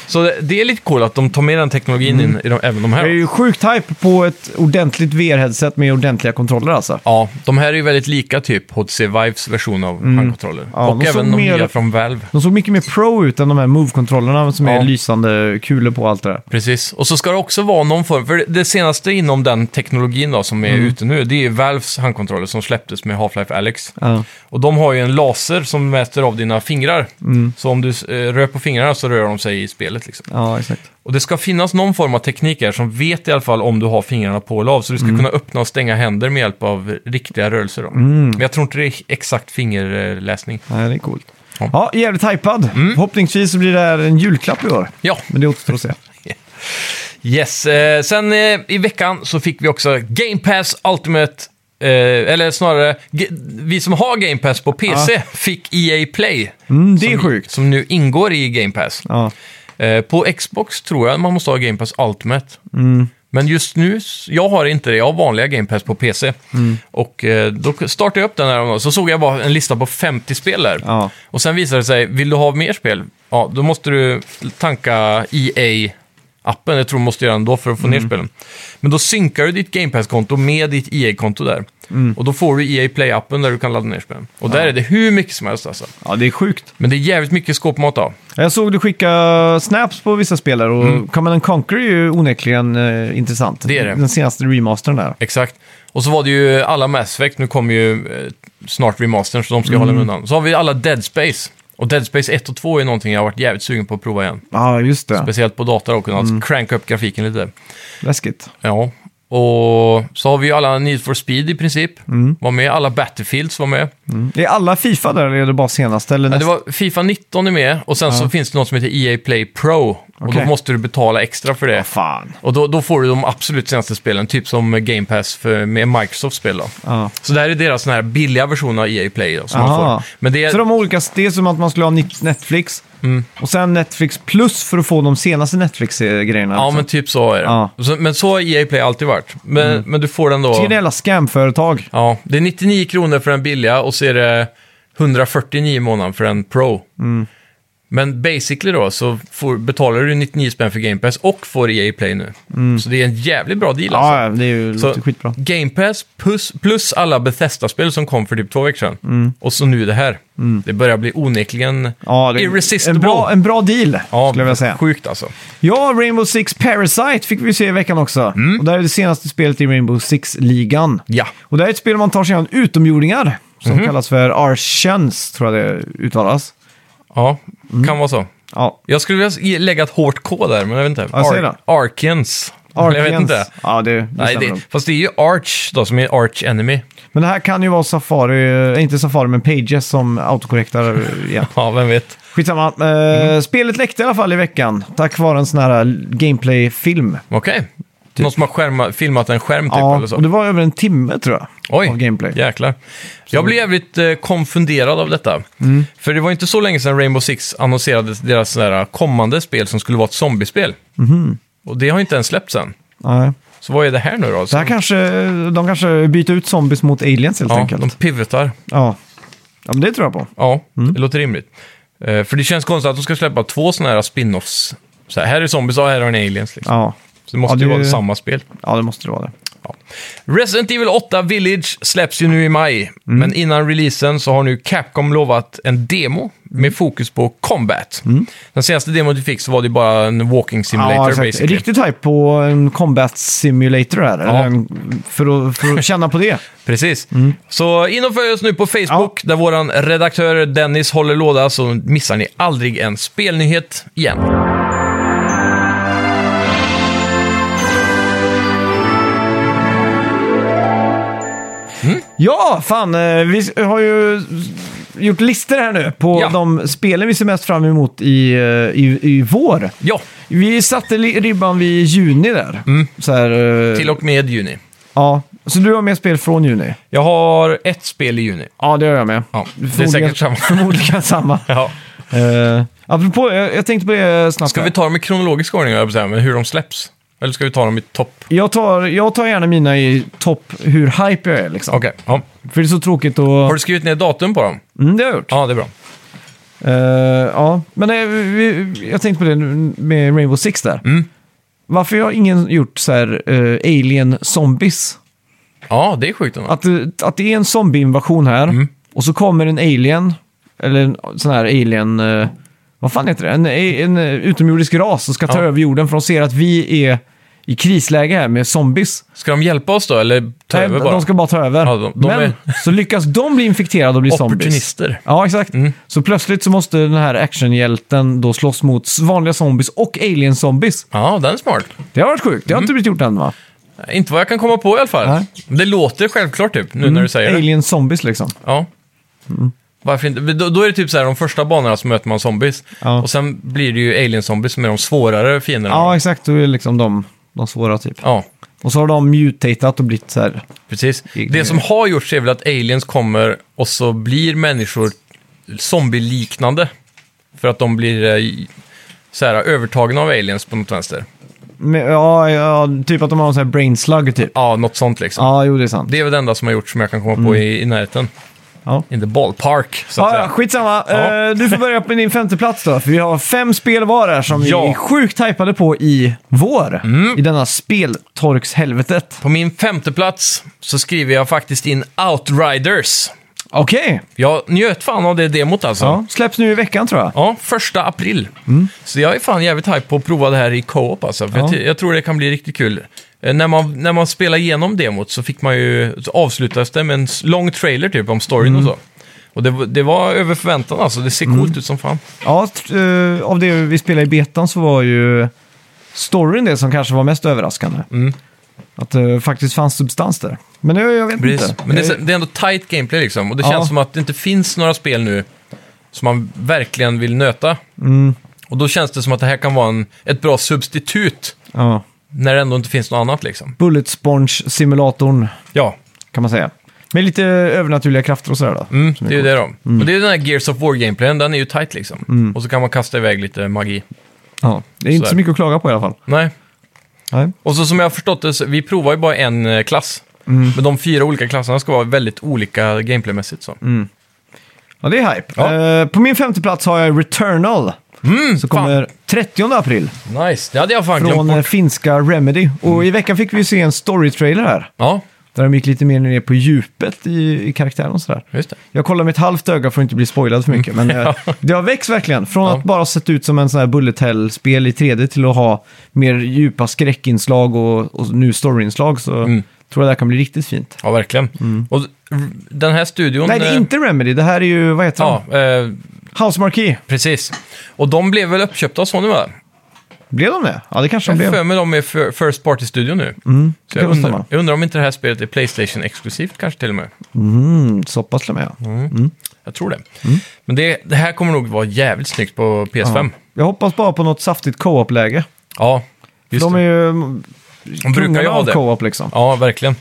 S2: Så det- det är lite coolt att de tar med den teknologin in i de, även de
S1: Jag är
S2: här.
S1: ju sjukt hype på ett ordentligt VR-headset med ordentliga kontroller alltså.
S2: Ja, de här är ju väldigt lika typ HTC Vives version av handkontroller.
S1: Mm. Ja,
S2: och
S1: de
S2: även
S1: såg
S2: de
S1: mer-
S2: nya från Valve.
S1: De såg mycket mer pro ut än de här Move-kontrollerna som
S2: Ja.
S1: är lysande kulor på och allt det där.
S2: Precis, och så ska det också vara någon form, för det- det senaste inom den teknologin då som är ute nu, det är Valves handkontroller som släpptes med Half-Life Alyx.
S1: Ja.
S2: Och de har ju en laser som mäter av dina fingrar. Så om du eh, rör på fingrarna så rör de sig i spelet. Liksom.
S1: ja, exakt.
S2: Och det ska finnas någon form av teknik här som vet i alla fall om du har fingrarna på eller av. Så du ska kunna öppna och stänga händer med hjälp av riktiga rörelser. Då. Men jag tror inte det är exakt fingerläsning.
S1: Nej, det är coolt.
S2: Ja. Mm.
S1: Ja, jävligt hypad. Förhoppningsvis så blir det här en julklapp i år.
S2: Ja,
S1: Men det återstår att se.
S2: yes. Eh, sen eh, i veckan så fick vi också Game Pass Ultimate. Eh, eller snarare, ge- vi som har Game Pass på PC fick EA Play.
S1: Mm, det är
S2: som,
S1: sjukt.
S2: Som nu ingår i Game Pass.
S1: Ja.
S2: Eh, på Xbox tror jag man måste ha Game Pass Ultimate.
S1: Mm.
S2: Men just nu, s- jag har inte det. Jag har vanliga Game Pass på PC.
S1: Mm.
S2: Och eh, då k- startade jag upp den här omgången, så såg jag bara en lista på 50 spel där.
S1: Ja.
S2: Och sen visade det sig, vill du ha mer spel? Ja, då måste du tanka EA-appen. Jag tror du måste göra ändå för att få ner spelen. Men då synkar du ditt Game Pass-konto med ditt EA-konto där. Och då får du EA Play-appen där du kan ladda ner spelen. Och där är det hur mycket som helst alltså.
S1: ja, det är sjukt.
S2: Men det är jävligt mycket skåpmat av.
S1: Jag såg du skicka snaps på vissa spelare och Command and Conquer är ju onekligen eh, intressant.
S2: Mm. Det är det.
S1: Den senaste remastern där.
S2: Exakt. Och så var det ju alla Mass Effect, nu kommer ju eh, snart remastern så de ska hålla mig undan. Så har vi alla Dead Space. Och Dead Space 1 och 2 är någonting jag har varit jävligt sugen på att prova igen.
S1: Ja, just det.
S2: Speciellt på dator och kunnat cranka upp grafiken lite.
S1: Läskigt.
S2: Ja. Och så har vi ju alla Need for Speed i princip.
S1: Mm.
S2: Var med, alla Battlefields var med.
S1: Är alla Fifa där eller är det bara senaste? Eller
S2: Mm. Ja,
S1: nästa?
S2: det var Fifa 19 är med och sen så finns det något som heter EA E Play Pro. Och då
S1: Okej.
S2: måste du betala extra för det.
S1: Fan.
S2: Och då, då får du de absolut senaste spelen, typ som Game Pass för, med Microsoft-spel. Då.
S1: Ja.
S2: Så det här är deras sån här billiga version av EA Play då, som man
S1: Aha.
S2: får. Men det är,
S1: Så de har olika steg, som att man skulle ha Net- Netflix.
S2: Mm.
S1: Och sen Netflix plus för att få de senaste Netflix-grejerna.
S2: ja,
S1: liksom.
S2: men typ så är det.
S1: Ja.
S2: Så, men så har EA Play alltid varit. Men, men du får den då...
S1: Jag tycker det är jävla scamföretag.
S2: Ja, det är 99 kronor för den billiga och så är det 149 i månaden för en Pro.
S1: Mm.
S2: Men basically då så får, betalar du 99 spänn för Game Pass och får EA Play nu. Så det är en jävligt bra deal alltså.
S1: Mm. Ja, ja, det är ju
S2: Så
S1: låter skitbra.
S2: Game Pass plus, plus alla Bethesda-spel som kom för typ två veckor sedan. Och så nu det här. Det börjar bli onekligen
S1: Mm. Ja, det är
S2: irresistible.
S1: en bra, en bra deal,
S2: ja,
S1: skulle jag vilja säga.
S2: Sjukt alltså.
S1: Ja, Rainbow Six Parasite fick vi se i veckan också. Och det här är det senaste spelet i Rainbow Six-ligan.
S2: Mm. Ja. Mhm.
S1: Och det här är ett spel man tar sig an utomjordingar, som kallas för Archons, tror jag det uttalas.
S2: Ja,
S1: Mm.
S2: kan vara så.
S1: Ja,
S2: Jag skulle vilja ge- lägga ett hårt K där, men jag vet inte.
S1: Ja, säg då.
S2: Arkens. Jag vet
S1: Archons.
S2: inte.
S1: Ja, det, det
S2: Nej,
S1: stämmer nog.
S2: det, fast det är ju Arch då, som är Arch Enemy.
S1: Men det här kan ju vara Safari, eh, inte Safari men Pages som autokorrektar eh, igen.
S2: Ja, vem vet.
S1: Skitsamma. Eh,
S2: Mhm.
S1: Spelet läckte i alla fall i veckan, tack vare en sån här eh, gameplay-film.
S2: Okej. Någon som har skärma, filmat en skärm typ,
S1: Typ. ja,
S2: eller
S1: och det
S2: så.
S1: var över en timme tror jag.
S2: Oj,
S1: av gameplay.
S2: jäklar. Jag blev jävligt eh, konfunderad av detta.
S1: Mm.
S2: För det var inte så länge sedan Rainbow Six annonserade deras sådär kommande spel som skulle vara ett zombiespel.
S1: Mhm.
S2: Och det har inte ens släppts än.
S1: Nej.
S2: Så vad är det här nu då?
S1: Det här kanske, de kanske byter ut zombies mot aliens helt
S2: ja,
S1: enkelt.
S2: de pivotar.
S1: Ja. ja, men det tror jag på.
S2: Ja,
S1: Mm.
S2: det låter rimligt. Eh, för det känns konstigt att de ska släppa två sådana här spin-offs. Så här, här är zombies och här har ni aliens. Liksom.
S1: Ja.
S2: Så det måste
S1: Ja, det
S2: ju
S1: är
S2: vara
S1: ju-
S2: samma spel.
S1: ja, det måste det vara det.
S2: Ja. Resident Evil 8 Village släpps ju nu i maj,
S1: Mm.
S2: men innan releasen så har nu Capcom lovat en demo
S1: Mm.
S2: med fokus på combat. Den senaste demon du fick så var det bara en walking simulator
S1: Ja, exakt.
S2: basically.
S1: Riktigt hype på en combat simulator här.
S2: Ja.
S1: Eller en- För, att, för att känna på det.
S2: Precis.
S1: Mm.
S2: Så in och följ oss nu på Facebook där våran redaktör Dennis håller låda så missar ni aldrig en spelnyhet igen.
S1: Ja, fan. eh, Vi har ju gjort listor här nu på
S2: Ja.
S1: de spelen vi ser mest fram emot i, eh, i, i vår.
S2: Ja,
S1: Vi satte li- ribban vid juni där. Så här, eh,
S2: Mm. till och med juni.
S1: ja. Så du har med spel från juni?
S2: Jag har ett spel i juni.
S1: Ja, det har jag med.
S2: Ja, det är
S1: Förmodligen-
S2: säkert samma.
S1: Förmodligen
S2: [LAUGHS]
S1: samma.
S2: Ja.
S1: Uh, apropå, jag, jag tänkte på det snabbt.
S2: Ska
S1: här.
S2: vi ta dem i kronologisk ordning, höll jag på att säga, men hur de släpps? Eller ska vi ta dem i topp?
S1: jag, tar, jag tar gärna mina i topp hur hype jag är. Liksom.
S2: Okej. Ja.
S1: För det är så tråkigt
S2: Har
S1: att...
S2: du skrivit ner datum på dem?
S1: Mm, det har jag gjort.
S2: Ja, det är bra.
S1: Eh, ja. Men eh, vi- jag tänkte på det nu med Rainbow Six där.
S2: Mm.
S1: Varför har ingen gjort så här eh, Alien Zombies?
S2: Ja, det är sjukt ändå.
S1: Att, det- att det är en zombieinvasion här
S2: Mm.
S1: och så kommer en alien, eller en sån här alien, eh, vad fan heter det? En, en eh, utomjordisk ras som ska ta
S2: Ja.
S1: över jorden för de ser att vi är i krisläge här med zombies.
S2: Ska de hjälpa oss då, eller ta
S1: Nej,
S2: över bara?
S1: De ska bara ta över.
S2: Ja, de- de
S1: Men
S2: är-
S1: så lyckas de bli infekterade och bli zombies.
S2: Opportunister.
S1: Ja, exakt.
S2: Mm.
S1: Så plötsligt så måste den här actionhjälten då slåss mot vanliga zombies och alien-zombies.
S2: Ja, den är smart.
S1: Det har varit sjukt. Det
S2: Mm.
S1: har inte blivit gjort än va?
S2: Inte vad jag kan komma på i alla fall.
S1: Nej. Mm.
S2: Det låter självklart typ, nu när du säger det.
S1: Alien-zombies liksom.
S2: Ja.
S1: Mm.
S2: Varför inte? Då, då är det typ så här, de första banorna så möter man zombies.
S1: Ja.
S2: Och sen blir det ju alien-zombies som är de svårare fienderna.
S1: Ja, exakt. Då är det liksom de, de svåra typ.
S2: ja.
S1: Och så har de mutatat och blivit så här.
S2: Precis.
S1: I-
S2: Det som har gjorts är väl att aliens kommer och så blir människor zombie-liknande. För att de blir eh, så här, övertagna av aliens på något vänster.
S1: Men, ja, ja, typ att de har en sån här brain slug typ.
S2: Ja, något sånt liksom.
S1: Ja, jo det är sant.
S2: Det är väl det enda som har gjorts som jag kan komma på i, i närheten.
S1: Mm. Ja.
S2: In the ballpark, så att
S1: Ja, ja,
S2: säga.
S1: skitsamma.
S2: Ja.
S1: Eh, du får börja med din femte plats då, för vi har fem spel var här som vi
S2: Ja. Mm.
S1: är sjukt hypade på i vår. I denna speltorkshelvetet.
S2: På min femte plats så skriver jag faktiskt in Outriders.
S1: Okej,
S2: Jag njöt fan av det demot alltså.
S1: ja. släpps nu i veckan tror jag.
S2: Ja, första april. Så jag är fan jävligt hype på att prova det här i co-op alltså. För jag,
S1: Ja.
S2: ty- jag tror det kan bli riktigt kul. Eh, när, man, när man spelar igenom demot så fick man ju så avslutades det med en s- lång trailer typ om storyn
S1: Mm.
S2: och så. Och det, var- det var över förväntan alltså. Det ser coolt ut som fan.
S1: Ja, t- eh, av det vi spelade i betan så var ju storyn det som kanske var mest överraskande.
S2: Mm.
S1: Att det faktiskt fanns substans där. Men jag, jag vet
S2: Precis.
S1: inte.
S2: Men det, är
S1: Jag-
S2: så- det är ändå tight gameplay liksom. Och det
S1: Ja. Mm.
S2: känns som att det inte finns några spel nu som man verkligen vill nöta. Och då känns det som att det här kan vara en, ett bra substitut
S1: Ja.
S2: när det ändå inte finns något annat liksom.
S1: Bullet Sponge-simulatorn,
S2: Ja,
S1: kan man säga. Med lite eh, övernaturliga krafter och sådär då.
S2: mm, det är ju det då. Och det är den här Gears of War-gameplayen, den är ju tight liksom.
S1: Mm.
S2: Och så kan man kasta iväg lite magi.
S1: Ja. Det är inte
S2: Sådär.
S1: så mycket att klaga på i alla fall.
S2: Nej.
S1: Nej.
S2: Och så som jag har förstått det, så, vi provar ju bara en eh, klass.
S1: Mm.
S2: Men de fyra olika klasserna ska vara väldigt olika gameplaymässigt. Så.
S1: Mm. Ja, det är hype.
S2: Ja.
S1: Eh, på min femte plats har jag Returnal. så kommer 30 april
S2: Nice, det hade jag fan glömt
S1: från eh,
S2: bort. Mm.
S1: finska Remedy. Och i veckan fick vi se en story-trailer här.
S2: Ja,
S1: Där de gick lite mer ner på djupet i, i karaktären och sådär.
S2: just det.
S1: Jag kollar med ett halvt öga för att inte bli spoilad för mycket. Men
S2: [LAUGHS]
S1: eh, det har växt verkligen. Från
S2: Mm. Ja.
S1: att bara ha sett ut som en sån här bullet hell-spel i 3D till att ha mer djupa skräckinslag och, och nu storyinslag så
S2: Mm.
S1: tror jag det här kan bli riktigt fint.
S2: Ja, verkligen. Och r- den här studion...
S1: Mm. Nej, det är
S2: eh,
S1: inte Remedy. Det här är ju, vad heter
S2: Ja, eh,
S1: han? House Marquee.
S2: precis. Och de blev väl uppköpta av Sony, va?
S1: Blev de det? Ja, det kanske de
S2: Jag har
S1: blev. Mm,
S2: för mig de är för- First Party-studio nu. Så
S1: det
S2: jag,
S1: kan
S2: undrar,
S1: stämma.
S2: jag undrar om inte det här spelet är Playstation-exklusivt kanske till och med.
S1: Mm, så pass till och med. ja.
S2: Jag tror det.
S1: Mm.
S2: Men det, det här kommer nog vara jävligt snyggt på PS5. Ja,
S1: Jag hoppas bara på något saftigt co-op-läge.
S2: just
S1: De är
S2: det.
S1: ju
S2: De brukar ju
S1: kungarna
S2: ha
S1: av
S2: det.
S1: co-op liksom.
S2: Ja, verkligen.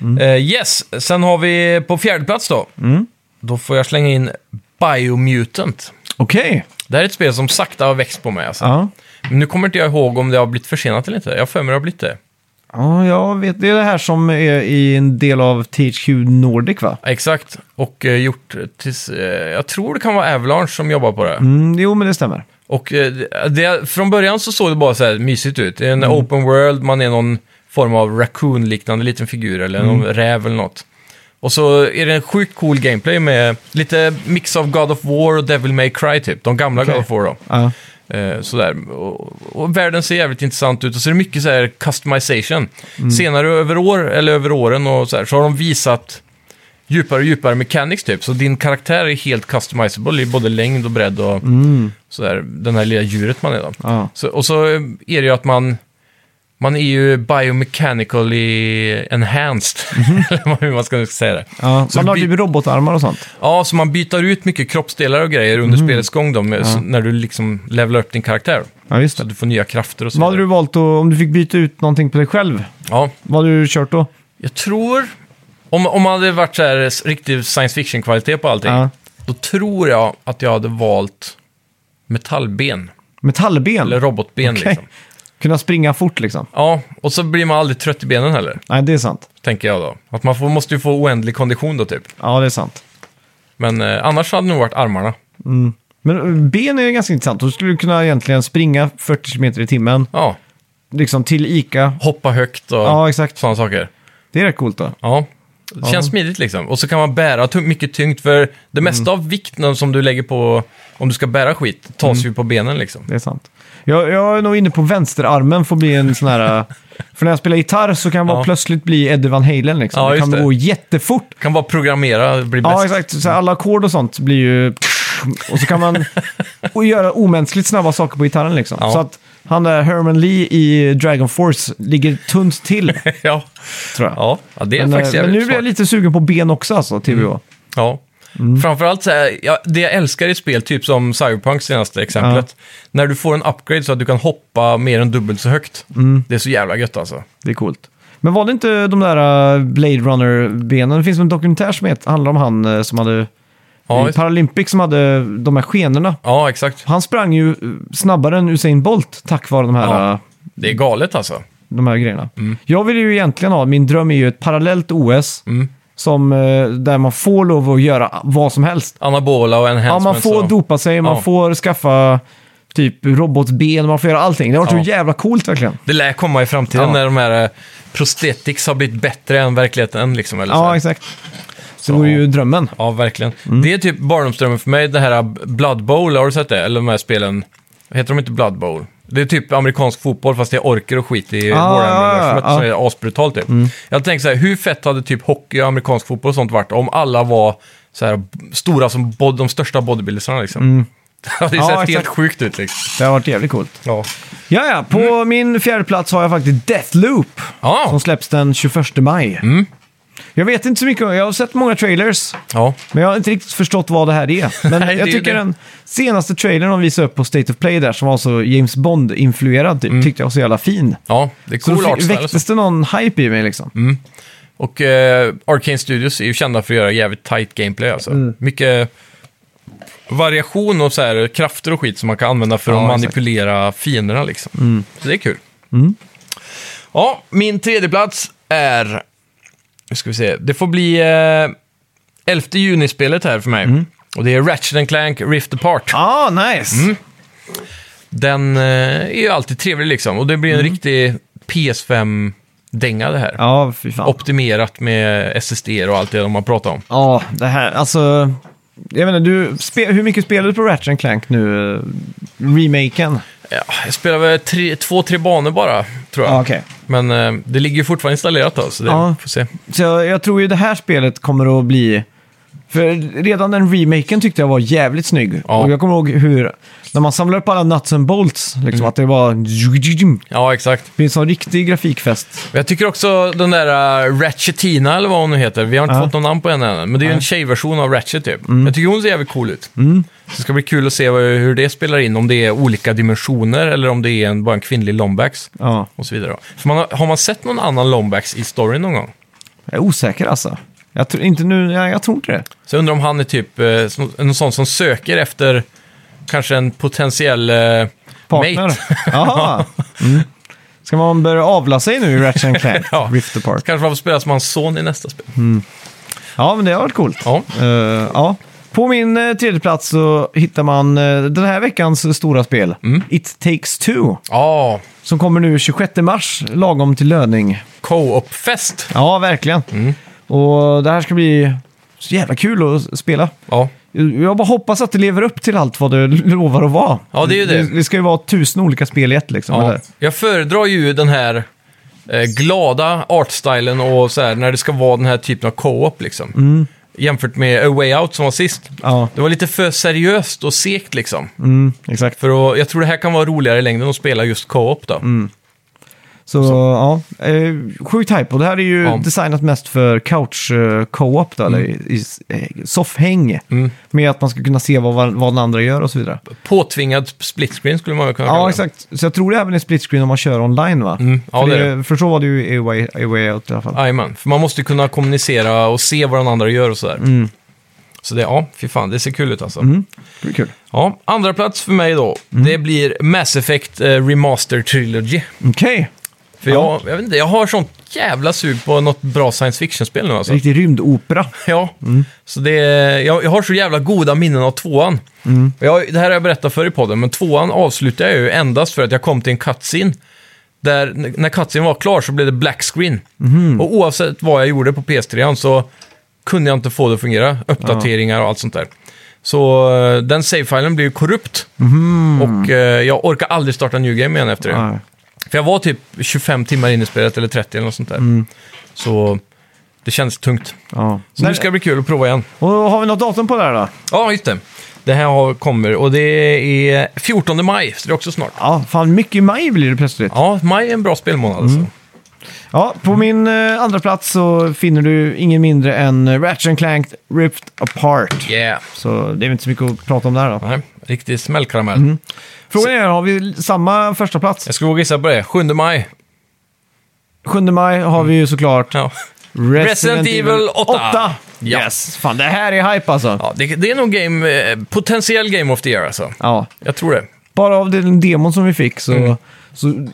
S1: Mm.
S2: Eh, yes, sen har vi på fjärde plats då. Då får jag slänga in Biomutant.
S1: Okej.
S2: Det här är ett spel som sakta har växt på mig alltså.
S1: Ja.
S2: Men nu kommer inte jag ihåg om det har blivit försenat eller inte. Jag har för mig det har blivit det.
S1: ja, jag vet. Det är det här som är i en del av THQ Nordic va?
S2: Ja, Exakt, och eh, gjort tills... Eh, jag tror det kan vara Avalanche som jobbar på det.
S1: Mm, jo, men det stämmer.
S2: Och eh, det- det, från början så såg det bara så här mysigt ut. Det är en
S1: Mm.
S2: open world, man är någon form av raccoon-liknande liten figur eller
S1: Mm.
S2: någon räv eller något. Och så är det en sjukt cool gameplay med lite mix av God of War och Devil May Cry typ. De gamla
S1: Okej.
S2: God of War då.
S1: Ja.
S2: Eh, sådär. Och, och världen ser jävligt intressant ut och så är det mycket så här customization. Senare över år, eller över åren och så, här, så har de visat djupare och djupare mechanics typ. Så din karaktär är helt customizable i både längd och bredd och sådär, den här lilla djuret man är då.
S1: Ja.
S2: Så, och så är det ju att man, man är ju biomechanically enhanced, [LAUGHS] eller hur man ska säga det.
S1: Ja,
S2: Så
S1: man
S2: det
S1: har
S2: blir-
S1: typ robotarmar och sånt.
S2: Ja, så man byter ut mycket kroppsdelar och grejer under spelets gång då, med, så- när du liksom levlar upp din karaktär.
S1: Ja, just
S2: Så
S1: det.
S2: du får nya krafter och så
S1: Vad hade du
S2: vidare.
S1: valt då, om du fick byta ut någonting på dig själv?
S2: Ja,
S1: Vad hade du kört då?
S2: jag tror... Om, om man hade varit så här s- riktig science fiction-kvalitet på allting,
S1: Ja.
S2: då tror jag att jag hade valt metallben.
S1: Metallben?
S2: Eller robotben
S1: Okej.
S2: liksom.
S1: [LAUGHS] Kunna springa fort liksom?
S2: Ja, och så blir man aldrig trött i benen heller,
S1: Nej, det är sant.
S2: tänker jag då. Att man får, måste ju få oändlig kondition då typ.
S1: Ja, det är sant.
S2: Men eh, annars hade det nog varit armarna.
S1: Men eh, ben är ju ganska intressant. Då skulle du kunna egentligen springa 40 km i timmen,
S2: Ja,
S1: liksom till ICA.
S2: hoppa högt och
S1: Ja, exakt.
S2: sådana saker.
S1: Det är rätt coolt då.
S2: Ja. Det känns smidigt liksom. Och så kan man bära tung- mycket tyngt, för det
S1: Mm.
S2: mesta av vikten som du lägger på, om du ska bära skit, tas
S1: Mm.
S2: ju på benen liksom.
S1: Det är sant. Jag, jag är nog inne på vänsterarmen får bli en sån
S2: [LAUGHS]
S1: här... eh, För när jag spelar gitarr så kan jag bara
S2: Ja.
S1: plötsligt bli Eddie Van Halen liksom.
S2: Ja,
S1: det kan
S2: just det.
S1: gå jättefort.
S2: Kan bara programmera, bli bäst.
S1: Ja, exakt. Så här, alla ackord och sånt blir ju... Och så kan
S2: [LAUGHS]
S1: man och göra omänskligt snabba saker på gitarren liksom.
S2: Ja.
S1: Så att han där Herman Lee i Dragon Force ligger tunt till,
S2: [LAUGHS] [LAUGHS] ja.
S1: tror jag.
S2: Ja. ja, det är
S1: Men, eh,
S2: faktiskt
S1: men nu blir jag
S2: jävligt
S1: Mm.
S2: smart. Mm.
S1: lite sugen på ben också alltså, TVH.
S2: Ja. Framförallt så här, ja, det jag älskar i spel, typ som Cyberpunk senaste exemplet, när du får en upgrade så att du kan hoppa mer än dubbelt så högt.
S1: Mm.
S2: Det är så jävla gött alltså.
S1: Det är coolt. Men var det inte de där eh, Blade Runner-benen? Det finns en dokumentär som heter, handlar om han eh, som hade...
S2: Ja,
S1: I Paralympics som hade de här skenorna.
S2: ja exakt.
S1: Han sprang ju eh, snabbare än Usain Bolt tack vare de här,
S2: Ja. Mm.
S1: eh,
S2: Det är galet alltså.
S1: de här grejerna. Jag vill ju egentligen ha, min dröm är ju ett parallellt OS
S2: Mm.
S1: som, eh, där man får lov att göra vad som helst.
S2: Anabola och
S1: Ja,
S2: enhancements.
S1: man får
S2: och...
S1: dopa sig, man
S2: Ja.
S1: får skaffa typ robotben, man får göra allting. Det har varit
S2: Ja.
S1: så jävla coolt verkligen.
S2: Det lär komma i framtiden
S1: Ja.
S2: när de här eh, prosthetics har blivit bättre än verkligheten. Liksom, eller så här.
S1: Ja, exakt. Så det vore ju drömmen.
S2: ja, verkligen. Det är typ barndomsdrömmen för mig, det här Blood Bowl, har du sett det? Eller de här spelen, heter de inte Blood Bowl? Det är typ amerikansk fotboll fast det är orker och skit i
S1: Ah,
S2: Warhammer-universumet
S1: ja, Mm. ja.
S2: som är asbrutalt typ. Jag tänkte så här, hur fett hade typ hockey och amerikansk fotboll och sånt varit om alla var så här stora som bod- de största bodybuildersarna liksom? [LAUGHS] Det hade ju
S1: Mm. Ja,
S2: sett helt
S1: exakt.
S2: sjukt ut liksom.
S1: Det har varit jävligt coolt.
S2: Ja.
S1: Ja, ja. På
S2: Mm.
S1: min fjärde plats har jag faktiskt Deathloop.
S2: Ja. Mm.
S1: Som släpps den 21 maj. Jag vet inte så mycket, om- jag har sett många trailers,
S2: Ja.
S1: men jag har inte riktigt förstått vad det här
S2: [LAUGHS]
S1: är. Men
S2: Nej, det är
S1: jag
S2: ju
S1: tycker
S2: det.
S1: den senaste trailern de visade upp på State of Play där, som var så James Bond-influerad, typ, tyckte jag var så jävla fin.
S2: ja, det är
S1: Så
S2: Mm. cool
S1: då fick-
S2: artstyle. alltså. Mm. och så.
S1: väcktes det någon hype i mig liksom.
S2: Och eh, Arcane Studios är ju kända för att göra jävligt tight gameplay alltså.
S1: Mm.
S2: Mycket variation och så här, krafter och skit som man kan använda för
S1: Ja,
S2: att
S1: exakt. Mm.
S2: manipulera fienderna liksom. Så det är kul. Ja, min tredje plats är... Nu ska vi se. Det får bli eh, 11 juni-spelet här för mig. Och det är Ratchet and Clank Rift Apart.
S1: Mm. Ah, nice!
S2: Mm. Den eh, är ju alltid trevlig liksom. Och det blir en riktig PS5-dänga det här.
S1: Mm. Ja, fy fan.
S2: Optimerat med SSD och allt det de har pratat om.
S1: Ja, det här, alltså... Jag menar, du, spe, hur mycket spelar du på Ratchet and Clank nu? eh, Remaken?
S2: Ja, jag spelar väl tre, två, tre banor bara, tror jag.
S1: Ja, Ah, okej.
S2: Men eh, det ligger ju fortfarande installerat då, så det
S1: Ja.
S2: får se.
S1: Så jag, jag tror ju det här spelet kommer att bli... För redan den remaken tyckte jag var jävligt snygg.
S2: Ja.
S1: Och jag kommer ihåg hur... När man samlar upp alla nuts and bolts, liksom
S2: Mm.
S1: att det var... Det
S2: Ja, exakt.
S1: blir en sån riktig grafikfest.
S2: Men Jag tycker också den där uh, Ratchetina, eller vad hon nu heter, vi har inte
S1: Ja. Mm.
S2: fått någon namn på henne än, men det är ju en tjejversion av Ratchet typ. Jag tycker hon ser jävligt cool ut. Så det ska bli kul att se vad, hur det spelar in, om det är olika dimensioner eller om det är en, bara en kvinnlig Lombax
S1: Ja.
S2: och så vidare. då. För man har, har man sett någon annan Lombax i storyn någon gång?
S1: Jag är osäker alltså. Jag tror inte nu... Jag, jag tror inte det.
S2: Så jag undrar om han är typ eh, som- någon sån som söker efter kanske en potentiell eh,
S1: Partner.
S2: mate.
S1: Jaha. Mm. Ska man börja avla sig nu i Ratchet and Clank?
S2: [LAUGHS] Ja.
S1: Rift Apart.
S2: Kanske man får spela som hans son i nästa spel.
S1: Ja, men det har varit coolt.
S2: Ja.
S1: Eh, ja. På min uh, tredje plats så hittar man eh, den här veckans stora spel.
S2: Mm.
S1: It takes two.
S2: Ja,
S1: Som kommer nu 26 mars, lagom till löning.
S2: co-op-fest.
S1: Ja, verkligen.
S2: Mm.
S1: Och det här ska bli så jävla kul att spela.
S2: Ja.
S1: Jag bara hoppas att det lever upp till allt vad det [LAUGHS] lovar att vara.
S2: Ja, det är ju det.
S1: Det ska ju vara tusen olika spel i ett liksom.
S2: Ja.
S1: eller?
S2: Jag föredrar ju den här eh, glada artstylen och så här, när det ska vara den här typen av co-op liksom.
S1: Mm.
S2: Jämfört med A Way Out som var sist.
S1: ja
S2: Det var lite för seriöst och segt liksom.
S1: mm, exakt.
S2: För att, jag tror det här kan vara roligare i längden att spela just co-op då.
S1: Mm. Så, ja, eh, sjukt hype. Och det här är ju
S2: Ja. Mm.
S1: designat mest för couch eh, co-op, då, eller i, i, eh, soffhäng. Med att man ska kunna se vad, var- vad den andra gör och så vidare.
S2: Påtvingad split screen skulle man väl kunna kalla
S1: Ja,
S2: det.
S1: exakt. Så jag tror det även är split screen om man kör online va?
S2: Mm, ja,
S1: för,
S2: det är
S1: för så var det ju i Way, i way Out i alla fall.
S2: Jajamän, för man måste ju kunna kommunicera och se vad den andra gör och sådär. Så det, ja, fy fan, det ser kul ut alltså.
S1: Det blir kul.
S2: Ja, andra plats för mig då, det blir Mass Effect eh, Remaster Trilogy.
S1: Okej,
S2: För
S1: Ja.
S2: jag, jag vet inte, jag har sånt jävla sug på något bra science fiction-spel nu alltså.
S1: riktig rymdopera.
S2: [LAUGHS] Ja, så det, jag, jag har så jävla goda minnen av tvåan. Och Jag, det här har jag berättat förr i podden, men tvåan avslutade jag ju endast för att jag kom till en cutscene. Där, n- när cutscene var klar så blev det black screen. Och oavsett vad jag gjorde på PS3 så kunde jag inte få det att fungera. Uppdateringar och allt sånt där. Så eh, den save-filen blev ju korrupt. Och eh, jag orkar aldrig starta New Game igen efter det.
S1: Ja.
S2: För jag var typ 25 timmar in i spelet, eller 30 eller något sånt där. Så det känns tungt.
S1: Ja.
S2: Så nu ska det bli kul att prova igen.
S1: Och har vi något datum på det här då?
S2: Ja, just det. Det här har- kommer och det är 14 maj, så det är också snart.
S1: Ja, fan mycket i maj blir det plötsligt.
S2: Ja, maj är en bra spelmånad alltså.
S1: Mm. Ja, på min eh, andra plats så finner du ingen mindre än eh, Ratchet Clank Ripped Apart.
S2: Yeah.
S1: Så det är väl inte så mycket att prata om där då.
S2: Nej, riktig smällkaramell.
S1: Mm. Frågan är, har vi samma första plats?
S2: Jag skulle våga gissa på det. 7 maj.
S1: 7 maj har vi ju såklart
S2: Ja. Resident Evil 8. Ja.
S1: Yes, fan det här är hype alltså. Ja.
S2: Ja, det, det är nog game, eh, potentiell Game of the Year alltså. Jag tror det.
S1: Bara av den demon som vi fick så,
S2: Mm.
S1: så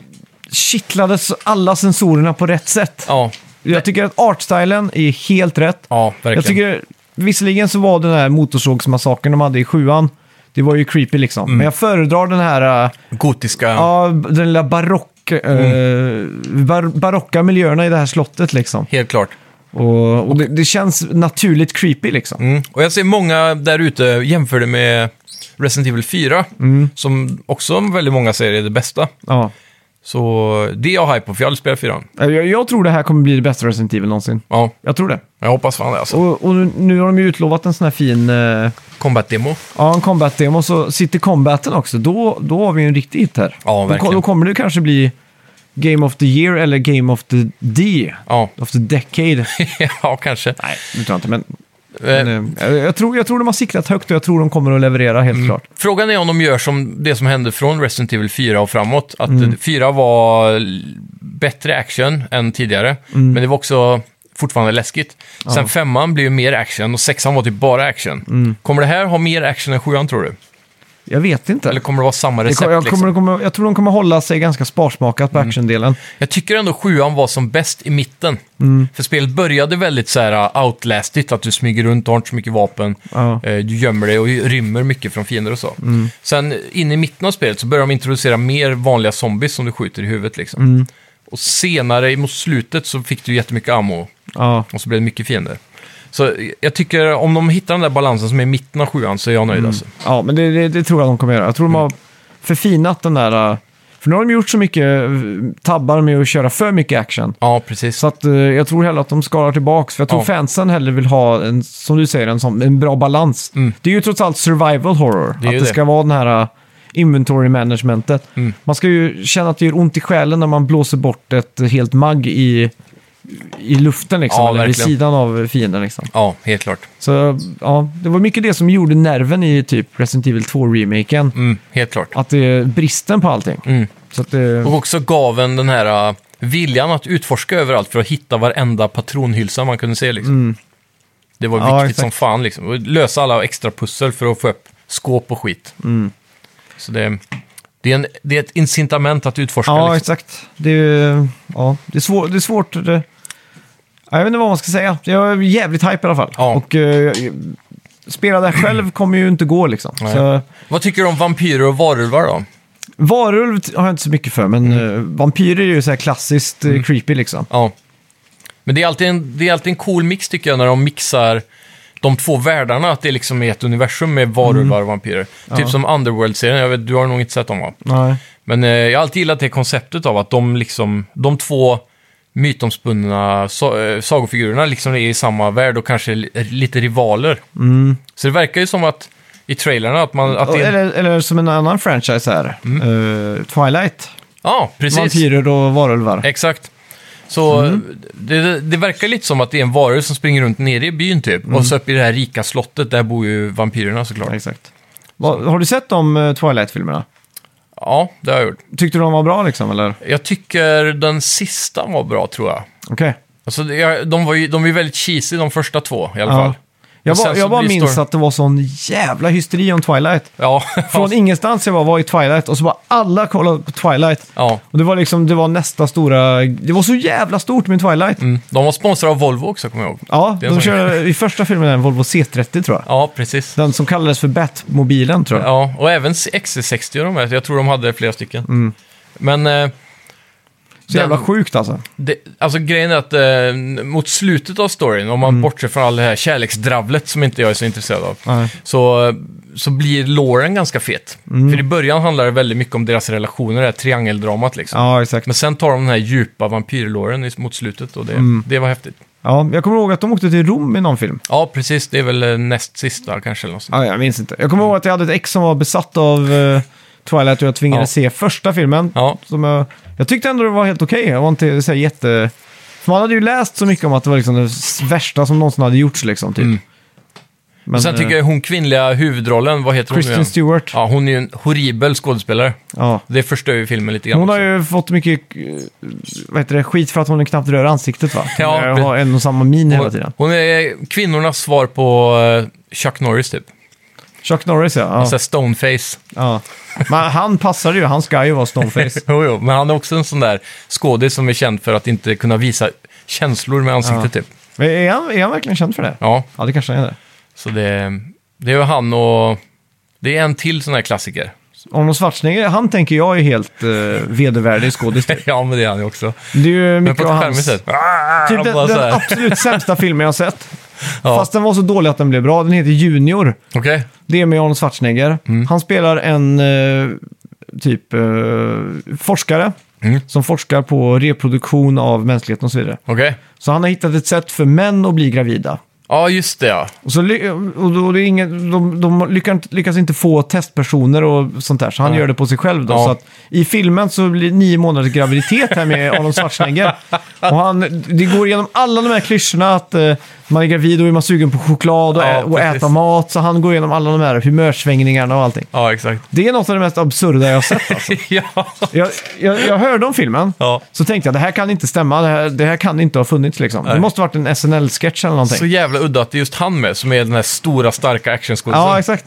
S1: kittlades alla sensorerna på rätt sätt.
S2: Ja,
S1: Jag tycker att artstylen är helt rätt.
S2: ja verkligen.
S1: Jag tycker, visserligen så var den här motorsågsmassakern de hade i sjuan, det var ju creepy liksom.
S2: Mm.
S1: Men jag föredrar den här, äh,
S2: Gotiska.
S1: ja, den lilla barock, äh,
S2: Mm.
S1: bar, barocka miljöerna i det här slottet liksom.
S2: Helt klart.
S1: Och, och det, det känns naturligt creepy liksom.
S2: Mm. Och jag ser många där ute jämför det med Resident Evil 4,
S1: Mm.
S2: som också väldigt många säger är det bästa.
S1: Ja. Eh,
S2: Så det är jag hype på, för jag har aldrig spelat 4.
S1: Jag, jag tror det här kommer bli det bästa Resident Evil någonsin.
S2: Ja,
S1: Jag tror det.
S2: jag hoppas fan det alltså.
S1: Och, och nu- nu har de ju utlovat en sån här fin eh,
S2: Combat-demo.
S1: ja, en combat-demo, så sitter combaten också. Då, då har vi ju en riktig hit här.
S2: Ja,
S1: då,
S2: verkligen.
S1: då kommer det kanske bli Game of the year eller Game of the D?
S2: Ja,
S1: Of the decade?
S2: [LAUGHS] ja kanske.
S1: Nej, det tror jag inte. Men,
S2: Eh,
S1: men, eh, jag, tror, jag tror de har siktat högt och jag tror de kommer att leverera helt
S2: Mm.
S1: klart.
S2: Frågan är om de gör som det som hände från Resident Evil 4 och framåt. Att
S1: Mm.
S2: 4 var l- bättre action än tidigare,
S1: Mm.
S2: men det var också fortfarande läskigt. Sen femman blev ju mer action och sexan var typ bara action.
S1: Mm.
S2: Kommer det här ha mer action än sjuan tror du?
S1: Jag vet inte.
S2: Eller kommer det vara samma
S1: Det
S2: recept?
S1: kom- jag, kommer,
S2: liksom? Mm.
S1: kommer, jag tror de kommer hålla sig ganska sparsmakat på actiondelen.
S2: jag tycker ändå sjuan var som bäst i mitten.
S1: Mm.
S2: För spelet började väldigt så här uh, outlastigt, att du smyger runt, har inte så mycket vapen.
S1: Ja. Mm.
S2: Eh, Du gömmer dig och rymmer mycket från fiender och så. Sen in i mitten av spelet så börjar de introducera mer vanliga zombies som du skjuter i huvudet. Liksom.
S1: Mm.
S2: Och senare i- mot slutet så fick du jättemycket ammo
S1: Ja.
S2: och så blev det mycket fiender. Så eh, jag tycker om de hittar den där balansen som är i mitten av sjuan så är jag nöjd
S1: Mm.
S2: alltså.
S1: ja, men det, det, det tror jag de kommer göra. Jag
S2: Mm.
S1: tror de har förfinat den där... eh, För nu har de gjort så mycket eh, tabbar med att köra för mycket action.
S2: Ja, precis.
S1: Så att, eh, jag tror hellre att de skalar tillbaka. För jag tror
S2: Ja.
S1: fansen hellre vill ha, en, som du säger, en, sån, en bra balans. Det är ju trots allt survival horror.
S2: Mm. Det Mm. är
S1: att
S2: ju
S1: det,
S2: det.
S1: ska vara den här eh, inventory managementet. Man ska ju känna att det gör ont i själen när man blåser bort ett helt mag i, i luften liksom.
S2: Ja,
S1: eller vid
S2: verkligen.
S1: sidan av fienden liksom.
S2: Ja, helt klart.
S1: Så ja, det var mycket det som gjorde nerven i typ Resident Evil 2-remaken.
S2: Mm, helt klart.
S1: Att det är bristen på allting.
S2: Mm.
S1: Så att det,
S2: Och också gav en den här eh, viljan att utforska överallt för att hitta varenda patronhylsa man kunde se. Liksom. Det var
S1: Mm. Ja,
S2: viktigt
S1: exakt.
S2: som fan. Liksom. Och lösa alla extra pussel för att få upp skåp och skit.
S1: Mm.
S2: Så det, det, är en, det är ett incitament att utforska.
S1: ja,
S2: liksom.
S1: exakt. Det, är- ja, det, är svår, det är svårt. Det, ja, jag vet inte vad man ska säga. Jag är jävligt hype i alla fall.
S2: Ja.
S1: Och eh, spela där
S2: [CLEARS THROAT]
S1: själv kommer ju inte gå liksom.
S2: Nej.
S1: Så,
S2: Vad tycker du om vampyrer och varulvar då?
S1: varulv t- har jag inte så mycket för, men
S2: Mm.
S1: eh, vampyrer är ju så här klassiskt eh, creepy liksom.
S2: Ja. Men det är, alltid en, det är alltid en cool mix tycker jag när de mixar de två världarna, att det liksom är ett universum med varulvar
S1: Mm.
S2: och vampyrer. Typ som Underworld-serien, jag vet, du har nog inte sett dem va?
S1: Nej.
S2: Men eh, jag har alltid gillat det konceptet av att de, liksom, de två mytomspunna so- eh, sagofigurerna liksom är i samma värld och kanske li- eh, lite rivaler. Så det verkar ju som att i trailrarna att man... Att det,
S1: Mm. Eller, eller som en annan franchise här, eh, Twilight.
S2: ja, precis.
S1: Vampyrer och varulvar.
S2: Exakt. Så
S1: Mm.
S2: det, det verkar lite som att det är en varulv som springer runt nere i byn typ.
S1: Mm.
S2: Och så upp i det här rika slottet, där bor ju vampyrerna såklart.
S1: Exakt. Vad- har du sett de eh, Twilight-filmerna?
S2: Ja, det har jag gjort.
S1: Tyckte du de var bra liksom, eller?
S2: Jag tycker den sista var bra tror jag.
S1: Okej.
S2: Alltså, det- jag- de var ju de var ju väldigt cheesy de första två i alla fall.
S1: Ja. Jag,
S2: Och sen
S1: bara,
S2: så
S1: jag bara
S2: blir
S1: minns
S2: storyn-
S1: att det var sån jävla hysteri om Twilight.
S2: Ja,
S1: Från ingenstans jag bara var i Twilight och så bara alla kollade på Twilight.
S2: ja.
S1: Och det var liksom, det var nästa stora... Det var så jävla stort med Twilight.
S2: Mm. de var sponsrade av Volvo också kommer jag ihåg.
S1: Ja,
S2: Det är en
S1: de
S2: sån-
S1: körde i första filmen en Volvo C30 tror jag.
S2: Ja, precis.
S1: Den som kallades för Batmobilen tror jag.
S2: Ja, och även XC60 och de här, jag tror de hade flera stycken.
S1: Mm.
S2: Men... Eh,
S1: Så jävla
S2: den-
S1: sjukt alltså.
S2: Det, alltså grejen är att eh, mot slutet av storyn, om man bortser från all det här kärleksdravlet som inte jag är så intresserad av,
S1: Mm. Nej.
S2: så, så blir låren ganska fet.
S1: Mm.
S2: För i början handlar det väldigt mycket om deras relationer, det här triangeldramat liksom.
S1: Ja, exakt.
S2: Men sen tar de den här djupa vampyrlåren i- mot slutet och det,
S1: Mm.
S2: det var häftigt.
S1: Ja, jag kommer ihåg att de åkte till Rom i någon film.
S2: Ja, precis. Det är väl eh, näst sista kanske eller något sånt.
S1: Ja, jag minns inte. Jag kommer ihåg att jag hade ett ex som var besatt av eh, Twilight och jag tvingades se
S2: Ja.
S1: första filmen.
S2: Ja.
S1: Som jag, jag tyckte ändå det var helt okej. Jag var inte så här, jätte... För man hade ju läst så mycket om att det var liksom det s- värsta som någonsin hade gjorts. Liksom, typ.
S2: Mm.
S1: Men,
S2: Sen tycker
S1: eh,
S2: jag hon kvinnliga huvudrollen, vad heter hon nu
S1: Kristen
S2: igen?
S1: Stewart. Ja.
S2: Ja, hon är ju en horribel skådespelare. Det förstör ju filmen lite grann.
S1: Hon har
S2: också.
S1: ju fått mycket eh, vad heter det, skit för att hon knappt rör ansiktet va?
S2: Ja,
S1: Hon har en och samma min hela tiden.
S2: Hon är kvinnornas svar på eh, Chuck Norris typ.
S1: Chuck Norris ja. ja.
S2: Alltså stoneface.
S1: ja. Men han passade ju, han ska ju vara
S2: [LAUGHS]
S1: stoneface.
S2: jo, jo, men han är också en sån där skådis som är känd för att inte kunna visa känslor med ansiktet typ.
S1: Men är han, är han verkligen känd för det?
S2: Ja,
S1: Ja, det kanske han är det.
S2: så det, det är ju han och... Det är en till sån här klassiker. [LAUGHS]
S1: Arnold Schwarzenegger, han tänker jag är helt uh, vedervärdig skådis. typ.
S2: ja, men det är han ju också.
S1: Det är ju
S2: Men
S1: mycket
S2: på ett
S1: av
S2: charmigt
S1: hans...
S2: sätt.
S1: Typ den,
S2: Bara så
S1: den
S2: här.
S1: absolut sämsta filmen jag har sett.
S2: Ja.
S1: Fast den var så dålig att den blev bra. Den heter Junior.
S2: Okej,
S1: Det är med Arnold Schwarzenegger.
S2: Mm.
S1: Han spelar en eh, typ eh, forskare
S2: Mm.
S1: som forskar på reproduktion av mänskligheten och så vidare.
S2: okej.
S1: Så han har hittat ett sätt för män att bli gravida.
S2: Ja, just det ja.
S1: Och, så, ly- och då, det är ingen, de, de lyckas, inte- lyckas inte få testpersoner och sånt där, så han gör det på sig själv. Då,
S2: Ja.
S1: så att, I filmen så blir det nio månaders graviditet här med Arnold
S2: [LAUGHS]
S1: Schwarzenegger. och han, det går igenom alla de här klyschorna att eh, man är gravid och är man sugen på choklad och,
S2: Ja,
S1: ä- och
S2: precis.
S1: äta mat. Så han går igenom alla de här humörsvängningarna och allting.
S2: Ja, exakt.
S1: Det är något av det mest absurda jag har sett. Alltså.
S2: [LAUGHS] ja.
S1: jag, jag, jag hörde om filmen,
S2: Ja.
S1: så tänkte jag det här kan inte stämma, det här, det här kan inte ha funnits liksom. Det
S2: Nej.
S1: måste varit en SNL-sketch eller någonting.
S2: Så jävla udda att det är just han med, som är den här stora, starka actionskådisen.
S1: Ja, exakt.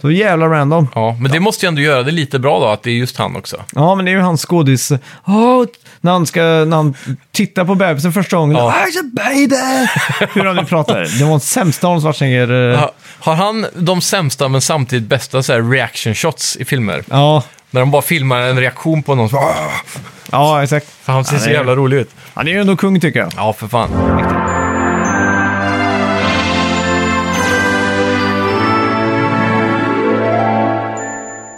S1: Så jävla random.
S2: Ja, men det måste ju ändå göra det lite bra då, att det är just han också.
S1: Ja, men det är ju hans skådis... Åh, när, han ska, när han tittar på bebisen första gången.
S2: Ja.
S1: "Ah, it's a baby! Hur han nu pratar. Det var den sämsta Arnold Schwarzenegger... eh,
S2: Ha- Har han de sämsta men samtidigt bästa så här reaction shots i filmer?
S1: Ja,
S2: När de bara filmar en reaktion på någon. Så, "Ah!"
S1: ja, exakt.
S2: för han ser
S1: Ja,
S2: så
S1: det är-
S2: jävla rolig ut.
S1: Han är ju ändå kung tycker jag.
S2: Ja, för fan.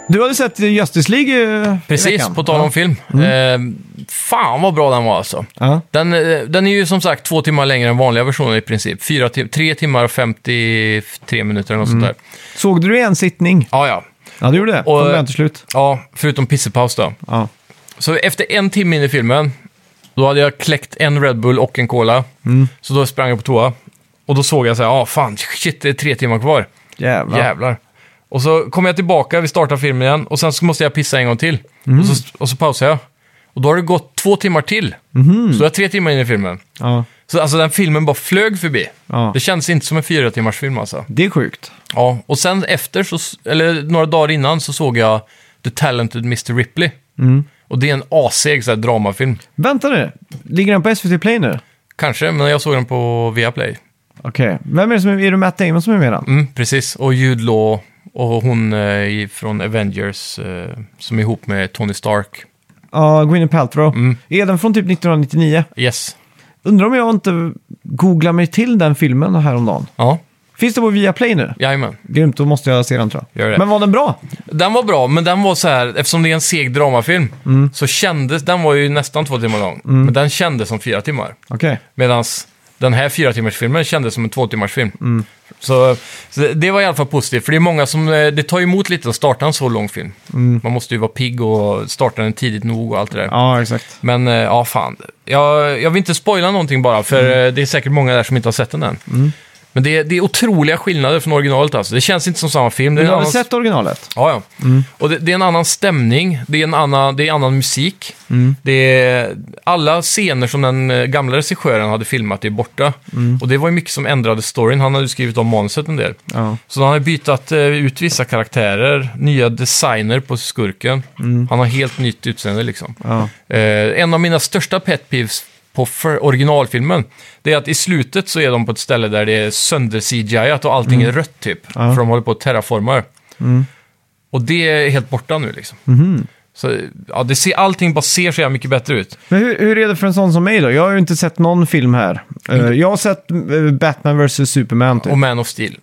S1: Du hade sett Justice League eh, i
S2: Precis,
S1: veckan. Mm.
S2: på tal om film. Eh, fan vad bra den var alltså.
S1: Ja.
S2: Den, eh, den är ju som sagt två timmar längre än vanliga versioner i princip. Fyra tim- tre timmar och 53 minuter eller något
S1: Mm.
S2: sånt där.
S1: Såg du det i en sittning?
S2: Ja, ja.
S1: Ja, du gjorde det.
S2: Och-
S1: Från början till slut.
S2: Ja, förutom pissepaus då.
S1: Ja.
S2: Så efter en timme in i filmen, då hade jag kläckt en Red Bull och en Cola. Så då sprang jag på toa. Och då såg jag så här, ja ah, fan, shit, det är tre timmar kvar.
S1: Jävlar.
S2: Jävlar. Och så kommer jag tillbaka, vi startar filmen igen och sen så måste jag pissa en gång till. Och, så, och så pausar jag. Och då har det gått två timmar till. Så jag är tre timmar in i filmen.
S1: Ja.
S2: Så alltså den filmen bara flög förbi.
S1: Ja.
S2: Det känns inte som en fyra timmars film alltså.
S1: Det är sjukt.
S2: Ja, och sen efter, så, eller några dagar innan, så såg jag The Talented Mr. Ripley. Och det är en aseg så här, dramafilm.
S1: Vänta nu. Ligger den på SVT Play nu?
S2: Kanske, men jag såg den på Viaplay.
S1: Okej. Vem är det som är, är det Matt Damon som är med i den?
S2: Mm, precis. Och Jude Law och hon eh, i- från Avengers eh, som är ihop med Tony Stark.
S1: Ja, Gwyneth Paltrow.
S2: Mm.
S1: Är den från typ 1999?
S2: Yes.
S1: Undrar om jag inte googlar mig till den filmen häromdagen.
S2: Ja,
S1: Finns det på Viaplay nu?
S2: jajamän.
S1: Grymt, då måste jag se den tror jag.
S2: Gör det.
S1: Men var den bra?
S2: Den var bra, men den var så här, eftersom det är en seg dramafilm, så kändes, den var ju nästan två timmar lång, men den kändes som fyra timmar.
S1: Okej.
S2: Medan den här fyra timmars filmen kändes som en två timmars film.
S1: Mm.
S2: Så, så det var i alla fall positivt, för det är många som, eh, det tar ju emot lite att starta en så lång film. Man måste ju vara pigg och starta den tidigt nog och allt det där.
S1: Mm. Ja, exakt.
S2: Men eh, ja, fan. Jag, jag vill inte spoila någonting bara, för
S1: Mm.
S2: eh, det är säkert många där som inte har sett den än. Men det är, det är otroliga skillnader från originalet alltså. Det känns inte som samma film. Det är
S1: Du
S2: en
S1: har väl
S2: annan-
S1: sett originalet?
S2: Ja, ja. Och det, det är en annan stämning, det är en annan, det är annan musik. Det är, alla scener som den eh, gamla regissören hade filmat är borta. Och det var ju mycket som ändrade storyn. Han hade ju skrivit om manuset en del.
S1: Ja.
S2: Så han har bytt eh, ut vissa karaktärer, nya designer på skurken. Han har helt nytt utseende liksom.
S1: Ja.
S2: Eh, en av mina största pet peeves på för originalfilmen, det är att i slutet så är de på ett ställe där det är sönder CGI och allting är
S1: Mm.
S2: rött typ. För de håller på att terraformar. Och det är helt borta nu liksom.
S1: Mm-hmm.
S2: Så ja, det ser, allting bara ser så jävla mycket bättre ut.
S1: Men hur, hur är det för en sån som mig då? Jag har ju inte sett någon film här. Eh,
S2: Mm.
S1: jag har sett eh, Batman vs. Superman typ.
S2: Och Man of Steel.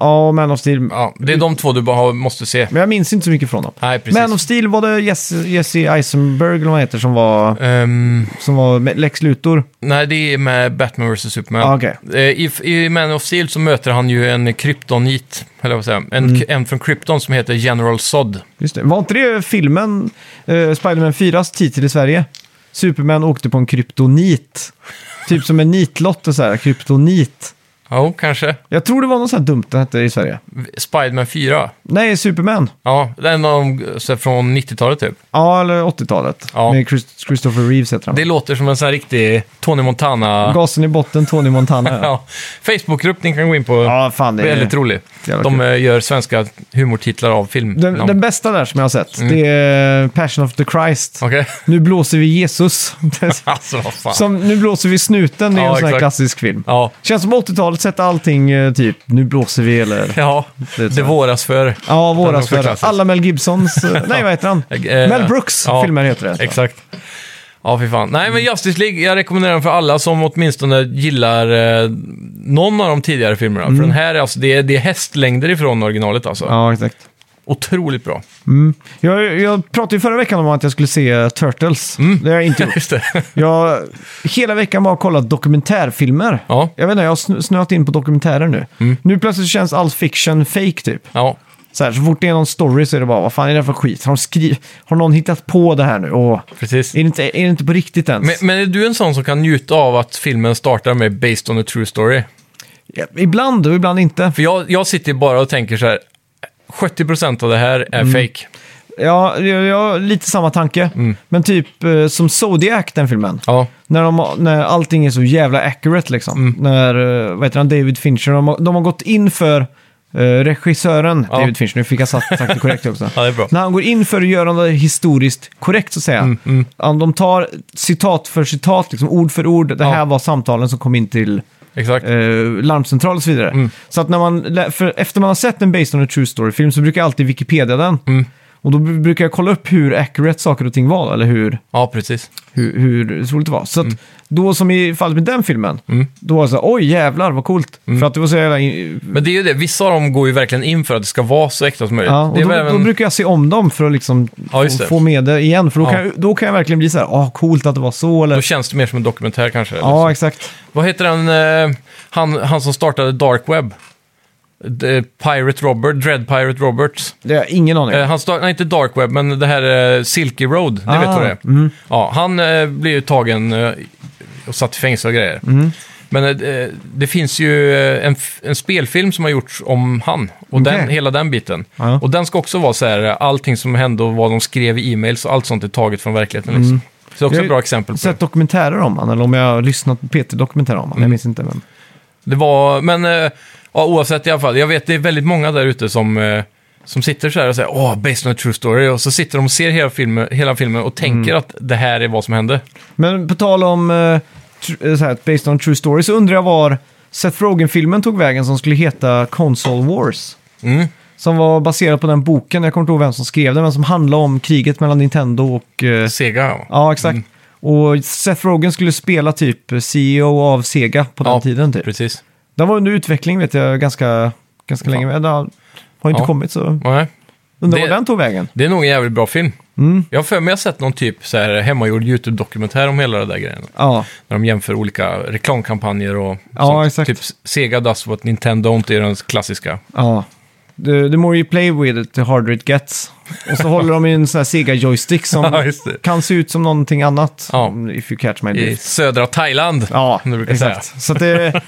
S1: Ja, och Man of Steel.
S2: Ja, det är de två du bara har- måste se.
S1: Men jag minns inte så mycket från dem.
S2: Nej, precis.
S1: Man of Steel var det Jesse, Jesse Eisenberg eller vad han heter som var,
S2: Ehm,
S1: som var med Lex Luthor.
S2: Nej, det är med Batman vs. Superman.
S1: Ah, okej.
S2: Eh, I, I Man of Steel så möter han ju en kryptonit, eller vad säger jag, en,
S1: Mm.
S2: en från Krypton som heter General Zod.
S1: Just det. Var inte det filmen eh, Spider-Man 4s titel i Sverige? Superman åkte på en kryptonit. Typ som en nitlott och så här, kryptonit.
S2: Ja, kanske.
S1: Jag tror det var något sånt här dumt den hette i Sverige.
S2: Spiderman 4.
S1: Nej, Superman.
S2: Ja, den av de- så här från 90-talet typ.
S1: Ja, eller 80-talet.
S2: Ja.
S1: Med Chris- Christopher Reeves heter han.
S2: Det låter som en sån här riktig Tony Montana...
S1: Gasen i botten, Tony Montana. ja.
S2: [LAUGHS] Ja, Facebookgrupp ni kan gå in på.
S1: ja, fan det är...
S2: Väldigt rolig.
S1: Jävla
S2: De
S1: kul.
S2: eh, gör svenska humortitlar av film.
S1: Den, den bästa där som jag har sett,
S2: Mm.
S1: det är Passion of the Christ.
S2: Okej? [LAUGHS]
S1: Nu blåser vi Jesus.
S2: alltså, vad fan.
S1: som, nu blåser vi snuten, det är
S2: Ja,
S1: en sån här
S2: exakt.
S1: klassisk film.
S2: Ja.
S1: Känns som 80-talet sett allting eh, typ, nu blåser vi eller...
S2: Ja,
S1: Det- typ-
S2: det våras för.
S1: Ja,
S2: Den är
S1: våras
S2: också
S1: förra.
S2: klassisk.
S1: Alla Mel Gibsons...
S2: [LAUGHS]
S1: eh, Nej, vad heter han?
S2: Eh,
S1: Mel Brooks
S2: ja,
S1: filmer heter det.
S2: Exakt. Ja, fy fan. Nej, men
S1: Mm.
S2: Justice League, jag rekommenderar den för alla som åtminstone gillar eh, någon av de tidigare filmerna. För den här, är alltså, det är, det är hästlängder ifrån originalet alltså.
S1: Mm. Ja, exakt. Mm.
S2: Otroligt bra.
S1: Jag, jag pratade ju förra veckan om att jag skulle se eh, Turtles.
S2: Mm.
S1: Det har jag
S2: [LAUGHS]
S1: inte gjort.
S2: Just det.
S1: Jag hela veckan bara kollat dokumentärfilmer.
S2: Ja. Mm.
S1: Jag vet inte, jag har sn- snöat in på dokumentärer nu. Nu plötsligt känns all fiction fake typ.
S2: Ja.
S1: Så, här, så fort det är någon story så är det bara, vad fan är det för skit? Har, de skri- har någon hittat på det här nu? Och
S2: Precis.
S1: är, det inte, är det inte på riktigt ens?
S2: Men, men är du en sån som kan njuta av att filmen startar med “Based on a true story”?
S1: Ja, Ibland och ibland inte.
S2: För jag, jag sitter bara och tänker så här, 70% av det här
S1: Mm.
S2: är fake.
S1: Ja, jag, jag har lite samma tanke.
S2: Mm.
S1: Men typ eh, som Zodiac, den filmen.
S2: Ja,
S1: När, de, har- när allting är så jävla accurate liksom.
S2: Mm.
S1: När, eh, vad heter han, David Fincher, de har, de har gått in för eh, regissören,
S2: Ja.
S1: David Fincher, nu fick jag satt, sagt det korrekt också.
S2: [LAUGHS] ja det är bra. Mm,
S1: När han går in för att göra det historiskt korrekt så att säga. Om De tar citat för citat, liksom, ord för ord. Det
S2: Ja.
S1: här var samtalen som kom in till
S2: Exakt.
S1: eh, larmcentral och så vidare.
S2: Mm.
S1: Så att när man, lä- för efter man har sett en Based on a True Story-film så brukar jag alltid Wikipedia den.
S2: Mm.
S1: Och då br- brukar jag kolla upp hur accurate saker och ting var, eller hur,
S2: Ja, precis.
S1: hur, hur troligt det var. Så att
S2: Mm.
S1: då som i fallet med den filmen, då var det så här, oj jävlar vad coolt. För att det var så jävla... in-
S2: Men Mm. det är ju det, vissa av dem går ju verkligen in för att det ska vara så äkta som möjligt.
S1: Ja, och
S2: det är
S1: då,
S2: väl
S1: då
S2: även-
S1: brukar jag se om dem för att liksom
S2: Ja, just
S1: få,
S2: det.
S1: få med det igen. För då,
S2: Ja. Oh,
S1: kan, jag, då kan jag verkligen bli så här, ah coolt att det var så eller...
S2: då känns det mer som en dokumentär kanske. eller
S1: ja, exakt.
S2: Vad heter han, eh, han, han som startade Dark Web? The Pirate Robert, Dread Pirate Roberts.
S1: Det har jag ingen aning om.
S2: Eh, han startade, nej inte Dark Web, men det här eh, Silky Road, ni
S1: Ah,
S2: vet vad det är. Ja, han eh, blev ju tagen eh, och satt i fängelse och grejer.
S1: Mm.
S2: Men eh, det finns ju eh, en, f- en spelfilm som har gjorts om han och den,
S1: Okej.
S2: hela den biten.
S1: Ja.
S2: Och den ska också vara så här, eh, allting som hände och vad de skrev i e-mails och allt sånt är taget från verkligheten. Liksom. Så det är också
S1: Mm. Jag-
S2: ett bra exempel på det.
S1: sett dokumentärer om han, eller om jag har lyssnat på Peter dokumentärer om han.
S2: Mm.
S1: Jag minns inte. Men...
S2: Det var, men eh, ja, oavsett i alla fall. Jag vet det är väldigt många där ute som, eh, som sitter så här och säger åh, based on a true story. Och så sitter de och ser hela filmen, hela filmen och tänker
S1: Mm.
S2: att det här är vad som hände.
S1: Men på tal om eh, tr- eh, så här, based on true story så undrar jag var Seth Rogen-filmen tog vägen som skulle heta Console Wars.
S2: Mm.
S1: Som var baserad på den boken, jag kommer inte ihåg vem som skrev den, men som handlade om kriget mellan Nintendo och... Eh,
S2: Sega. ja.
S1: ja, exakt. Och Seth Rogen skulle spela typ CEO av Sega på den
S2: Ja,
S1: tiden. Typ.
S2: Precis.
S1: Den var under utveckling vet jag ganska, ganska länge. Men den har har inte
S2: Ja.
S1: kommit så
S2: Nej,
S1: undrar
S2: Det-
S1: var den tog vägen.
S2: det är nog en jävligt bra film.
S1: Mm.
S2: Jag har för mig att jag har sett någon typ så här hemmagjord YouTube-dokumentär om hela det där grejen.
S1: Ja,
S2: När de jämför olika reklamkampanjer och
S1: Ja, exakt.
S2: Typ Sega does what Nintendo inte är den klassiska.
S1: ja. The, the more you play with it, the harder it gets. Och så håller de i en sån här Sega-joystick
S2: [LAUGHS] Ja,
S1: som
S2: just det.
S1: kan se ut som någonting annat.
S2: Ja.
S1: If you catch my
S2: I
S1: drift.
S2: södra Thailand.
S1: Ja,
S2: som du brukar
S1: exakt.
S2: säga.
S1: Så att det,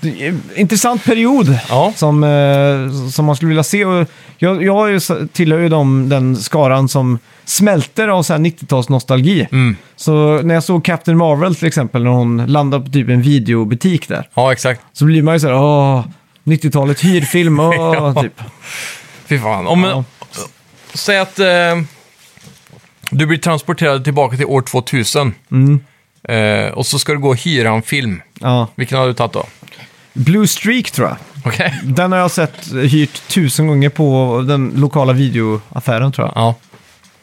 S1: det är
S2: [LAUGHS]
S1: en intressant period
S2: Ja.
S1: som, eh, som man skulle vilja se. Och jag jag har ju, s- tillhör ju de, den skaran som smälter av så här 90-tals nostalgi.
S2: Mm.
S1: Så när jag såg Captain Marvel till exempel, när hon landade på typ en videobutik där,
S2: Ja, exakt.
S1: så blir man ju så här, åh, 90-talet hyrfilm,
S2: [LAUGHS]
S1: åh, typ.
S2: Fy fan. Om,
S1: Ja.
S2: Säg att eh, du blir transporterad tillbaka till år 2000.
S1: Mm.
S2: Eh, och så ska du gå och hyra en film.
S1: Ja.
S2: Vilken har du tagit då?
S1: Blue Streak tror jag.
S2: Okej?
S1: Den har jag sett eh, hyrt tusen gånger på den lokala videoaffären tror jag.
S2: Ja.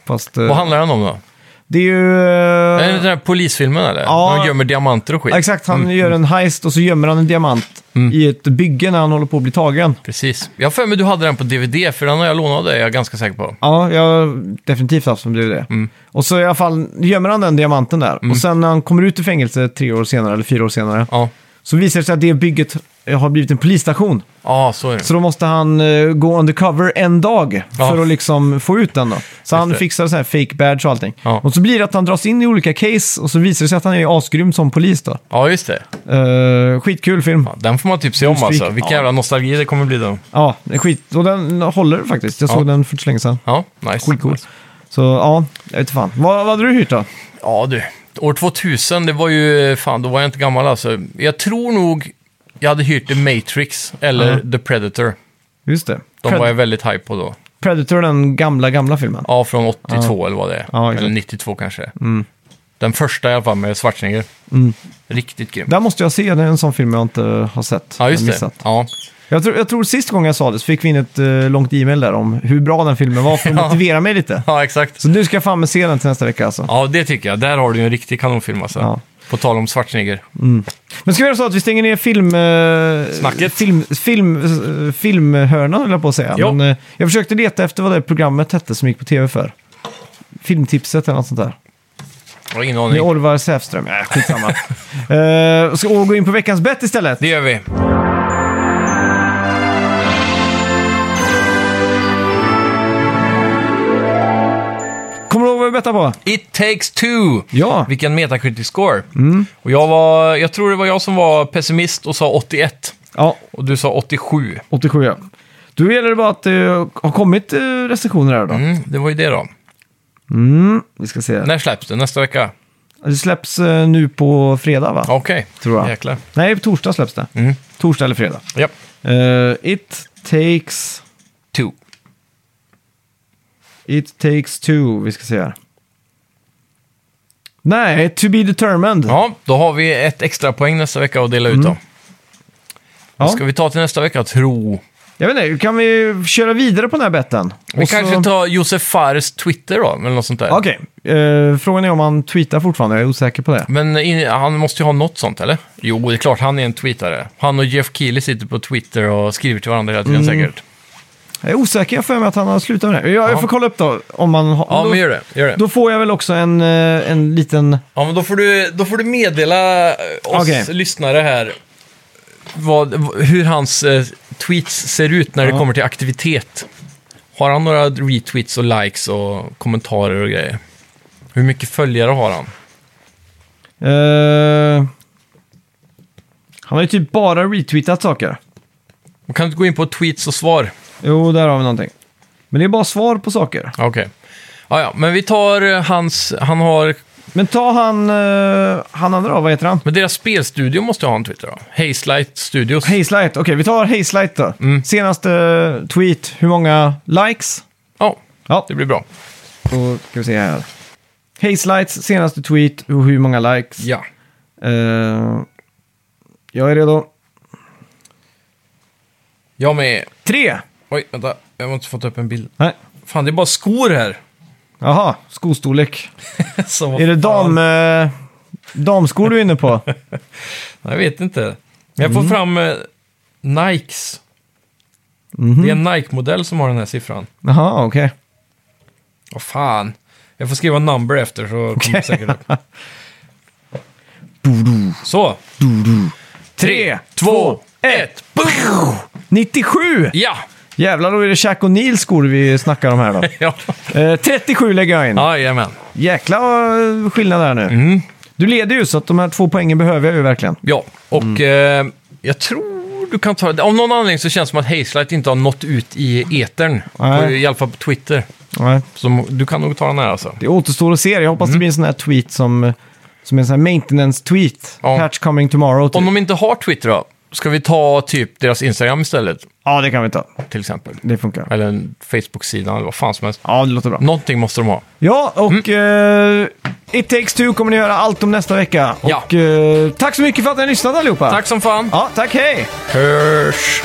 S1: Fast, eh,
S2: Vad handlar den om då?
S1: det är ju... eh,
S2: Är det den där polisfilmen eller?
S1: Ja.
S2: När de gömmer diamanter och skit?
S1: Ja, eh, Exakt, han
S2: Mm.
S1: gör en heist och så gömmer han en diamant i ett bygge när han håller på att bli tagen.
S2: Precis. Jag har för mig du hade den på DVD, för den har jag lånat av dig, jag är ganska säker på.
S1: Ja, jag har definitivt haft som DVD.
S2: Mm.
S1: Och så i alla fall gömmer han den diamanten där. Och sen när han kommer ut ur fängelse tre år senare, eller fyra år senare,
S2: Ja,
S1: så visar det sig att det bygget har blivit en polisstation.
S2: ja så är det.
S1: Så då måste han eh, gå undercover en dag för
S2: Ja.
S1: att liksom få ut den då. Så han
S2: det.
S1: fixar så här fake badge och allting.
S2: Ja.
S1: Och så blir det att han dras in i olika case och så visar det sig att han är asgrym som polis då.
S2: Ja, just det.
S1: Eh, skitkul film.
S2: Ja, den får man typ se om alltså. Vilken
S1: Ja.
S2: jävla nostalgi det kommer bli då.
S1: Ja, det är skit. Och den håller faktiskt. Jag såg
S2: Ja.
S1: den för inte så länge sedan.
S2: Ja, nice.
S1: Skitcool. Så ja, jag vet fan. Vad, vad hade du hyrt då?
S2: Ja du, år 2000, det var ju, fan då var jag inte gammal alltså. Jag tror nog jag hade hyrt The Matrix eller
S1: Mm.
S2: The Predator.
S1: Just det.
S2: De
S1: Pred-
S2: var jag väldigt hype på då.
S1: Predator, den gamla, gamla filmen.
S2: Ja, från 82 eller vad det är.
S1: Ja, exakt. Mm.
S2: eller 92 kanske. Den första i alla fall med Schwarzenegger. Riktigt grym.
S1: Där måste jag se, det är en sån film jag inte har sett.
S2: Ja, just
S1: Jag
S2: det.
S1: missat.
S2: Ja.
S1: Jag tror, jag tror sist gången jag sa det så fick vi in ett eh, långt e-mail där om hur bra den filmen var för
S2: [LAUGHS]
S1: att motivera mig lite.
S2: Ja, exakt.
S1: Så nu ska jag fan med se den till nästa vecka alltså.
S2: Ja, det tycker jag. Där har du ju en riktig kanonfilm alltså.
S1: Ja.
S2: På tal om Schwarzenegger.
S1: Men ska vi göra så att vi stänger ner film... eh,
S2: Snacket.
S1: Film, film, eh, filmhörnan, höll jag på att säga.
S2: Ja.
S1: Men, eh, jag försökte leta efter vad det programmet hette som gick på tv för. Filmtipset eller något sånt där.
S2: Jag har ingen
S1: Med
S2: aning.
S1: Oliver Säfström. Nej, skitsamma. uh, ska vi gå in på veckans bett istället?
S2: Det gör vi.
S1: Kommer du ihåg vad vi bettade på?
S2: It takes two!
S1: Ja. Mm.
S2: Vilken metacritic score. Och jag, var, jag tror det var jag som var pessimist och sa 81.
S1: Ja,
S2: Och du sa 87.
S1: 87 ja. Då gäller det bara att det har kommit eh, recensioner här då.
S2: Mm, det var ju det då.
S1: Mm, vi ska se.
S2: När släpps det? Nästa vecka?
S1: Det släpps eh, nu på fredag va?
S2: Okej.
S1: Tror jag.
S2: Jäklar.
S1: Nej, på torsdag släpps det.
S2: Mm.
S1: Torsdag eller fredag.
S2: Ja.
S1: Eh, it takes...
S2: Two.
S1: It takes two, vi ska se här. Nej, to be determined.
S2: Ja, då har vi ett extra poäng nästa vecka att dela ut då.
S1: Mm. Ja.
S2: Ska vi ta till nästa vecka, tro?
S1: Jag vet inte, kan vi köra vidare på den här betten?
S2: Vi
S1: Och så-
S2: kanske tar Josef Fares Twitter då, eller något sånt där.
S1: Okej, eh, frågan är om han tweetar fortfarande, jag är osäker på det.
S2: Men in, han måste ju ha något sånt, eller? Jo, det är klart, han är en tweetare. Han och Jeff Keely sitter på Twitter och skriver till varandra hela
S1: Mm.
S2: tiden säkert.
S1: Jag är osäker, jag får för mig att han har slutat med det. Jag,
S2: Ja.
S1: jag får kolla upp då, om han har...
S2: Ja,
S1: då,
S2: men gör det. Gör det.
S1: då får jag väl också en, eh, en liten...
S2: Ja, men då får du, då får du meddela eh, oss
S1: Okej.
S2: lyssnare här vad, v- hur hans eh, tweets ser ut när det
S1: Ja.
S2: kommer till aktivitet. Har han några retweets och likes och kommentarer och grejer? Hur mycket följare har han?
S1: eh, han har ju typ bara retweetat saker.
S2: Och kan du gå in på tweets och svar?
S1: Jo, där har vi någonting. Men det är bara svar på saker.
S2: Ja, Okej. Ja, ja, men vi tar eh, hans... Han har...
S1: Men ta han, eh, han andra då, vad heter han?
S2: Men deras spelstudio måste ju ha en Twitter då. Hazelight Studios.
S1: Hazelight, okej vi tar Hazelight då. Senaste eh, tweet, hur många likes?
S2: Ja,
S1: Ja,
S2: det blir bra.
S1: då ska vi se här. Hazelights senaste tweet och hur många likes?
S2: Ja.
S1: Eh, jag är redo.
S2: Jag med...
S1: Tre!
S2: Oj, vänta. Jag har inte fått upp en bild.
S1: Nej.
S2: Fan, det är bara skor här. [LAUGHS]
S1: Jaha, skostorlek.
S2: Så vad
S1: Är det
S2: fan.
S1: dam, eh, damskor du är inne [LAUGHS] på?
S2: Jag vet inte. Men jag får fram eh, Nikes. Det är en Nike-modell som har den här siffran.
S1: Jaha, okej.
S2: Vad fan. Jag får skriva number efter så kommer det säkert upp. Så.
S1: Tre,
S2: två, ett. Boom!
S1: 97!
S2: Ja!
S1: Jävlar, då är det Shaq och Neils skor vi snackar om här [LAUGHS] då.
S2: ja.
S1: Eh, 37 lägger jag in.
S2: Jajamän.
S1: Jäkla eh, skillnad där nu.
S2: Mm.
S1: Du leder ju, så att de här två poängen behöver jag ju verkligen.
S2: Ja, och eh, jag tror du kan ta det. Av någon anledning så känns det som att Hazelight inte har nått ut i etern.
S1: Nej.
S2: På, I alla fall på Twitter.
S1: Nej.
S2: Så du kan nog ta den här alltså.
S1: Det återstår att se. Jag
S2: Mm.
S1: hoppas det blir en sån här tweet som, som är en sån här maintenance-tweet.
S2: Ja.
S1: Patch coming tomorrow. Typ.
S2: Om de inte har Twitter då? Ska vi ta typ deras Instagram istället?
S1: Ja, det kan vi ta.
S2: Till exempel.
S1: Det funkar.
S2: Eller en Facebook-sida eller vad fan som helst.
S1: Ja, det låter bra.
S2: Någonting måste de ha.
S1: Ja, och eh, It takes two kommer ni höra allt om nästa vecka.
S2: Mm. Ja.
S1: Och eh, tack så mycket för att ni har lyssnat allihopa.
S2: Tack som fan.
S1: Ja, tack. Hej!
S2: Hörs!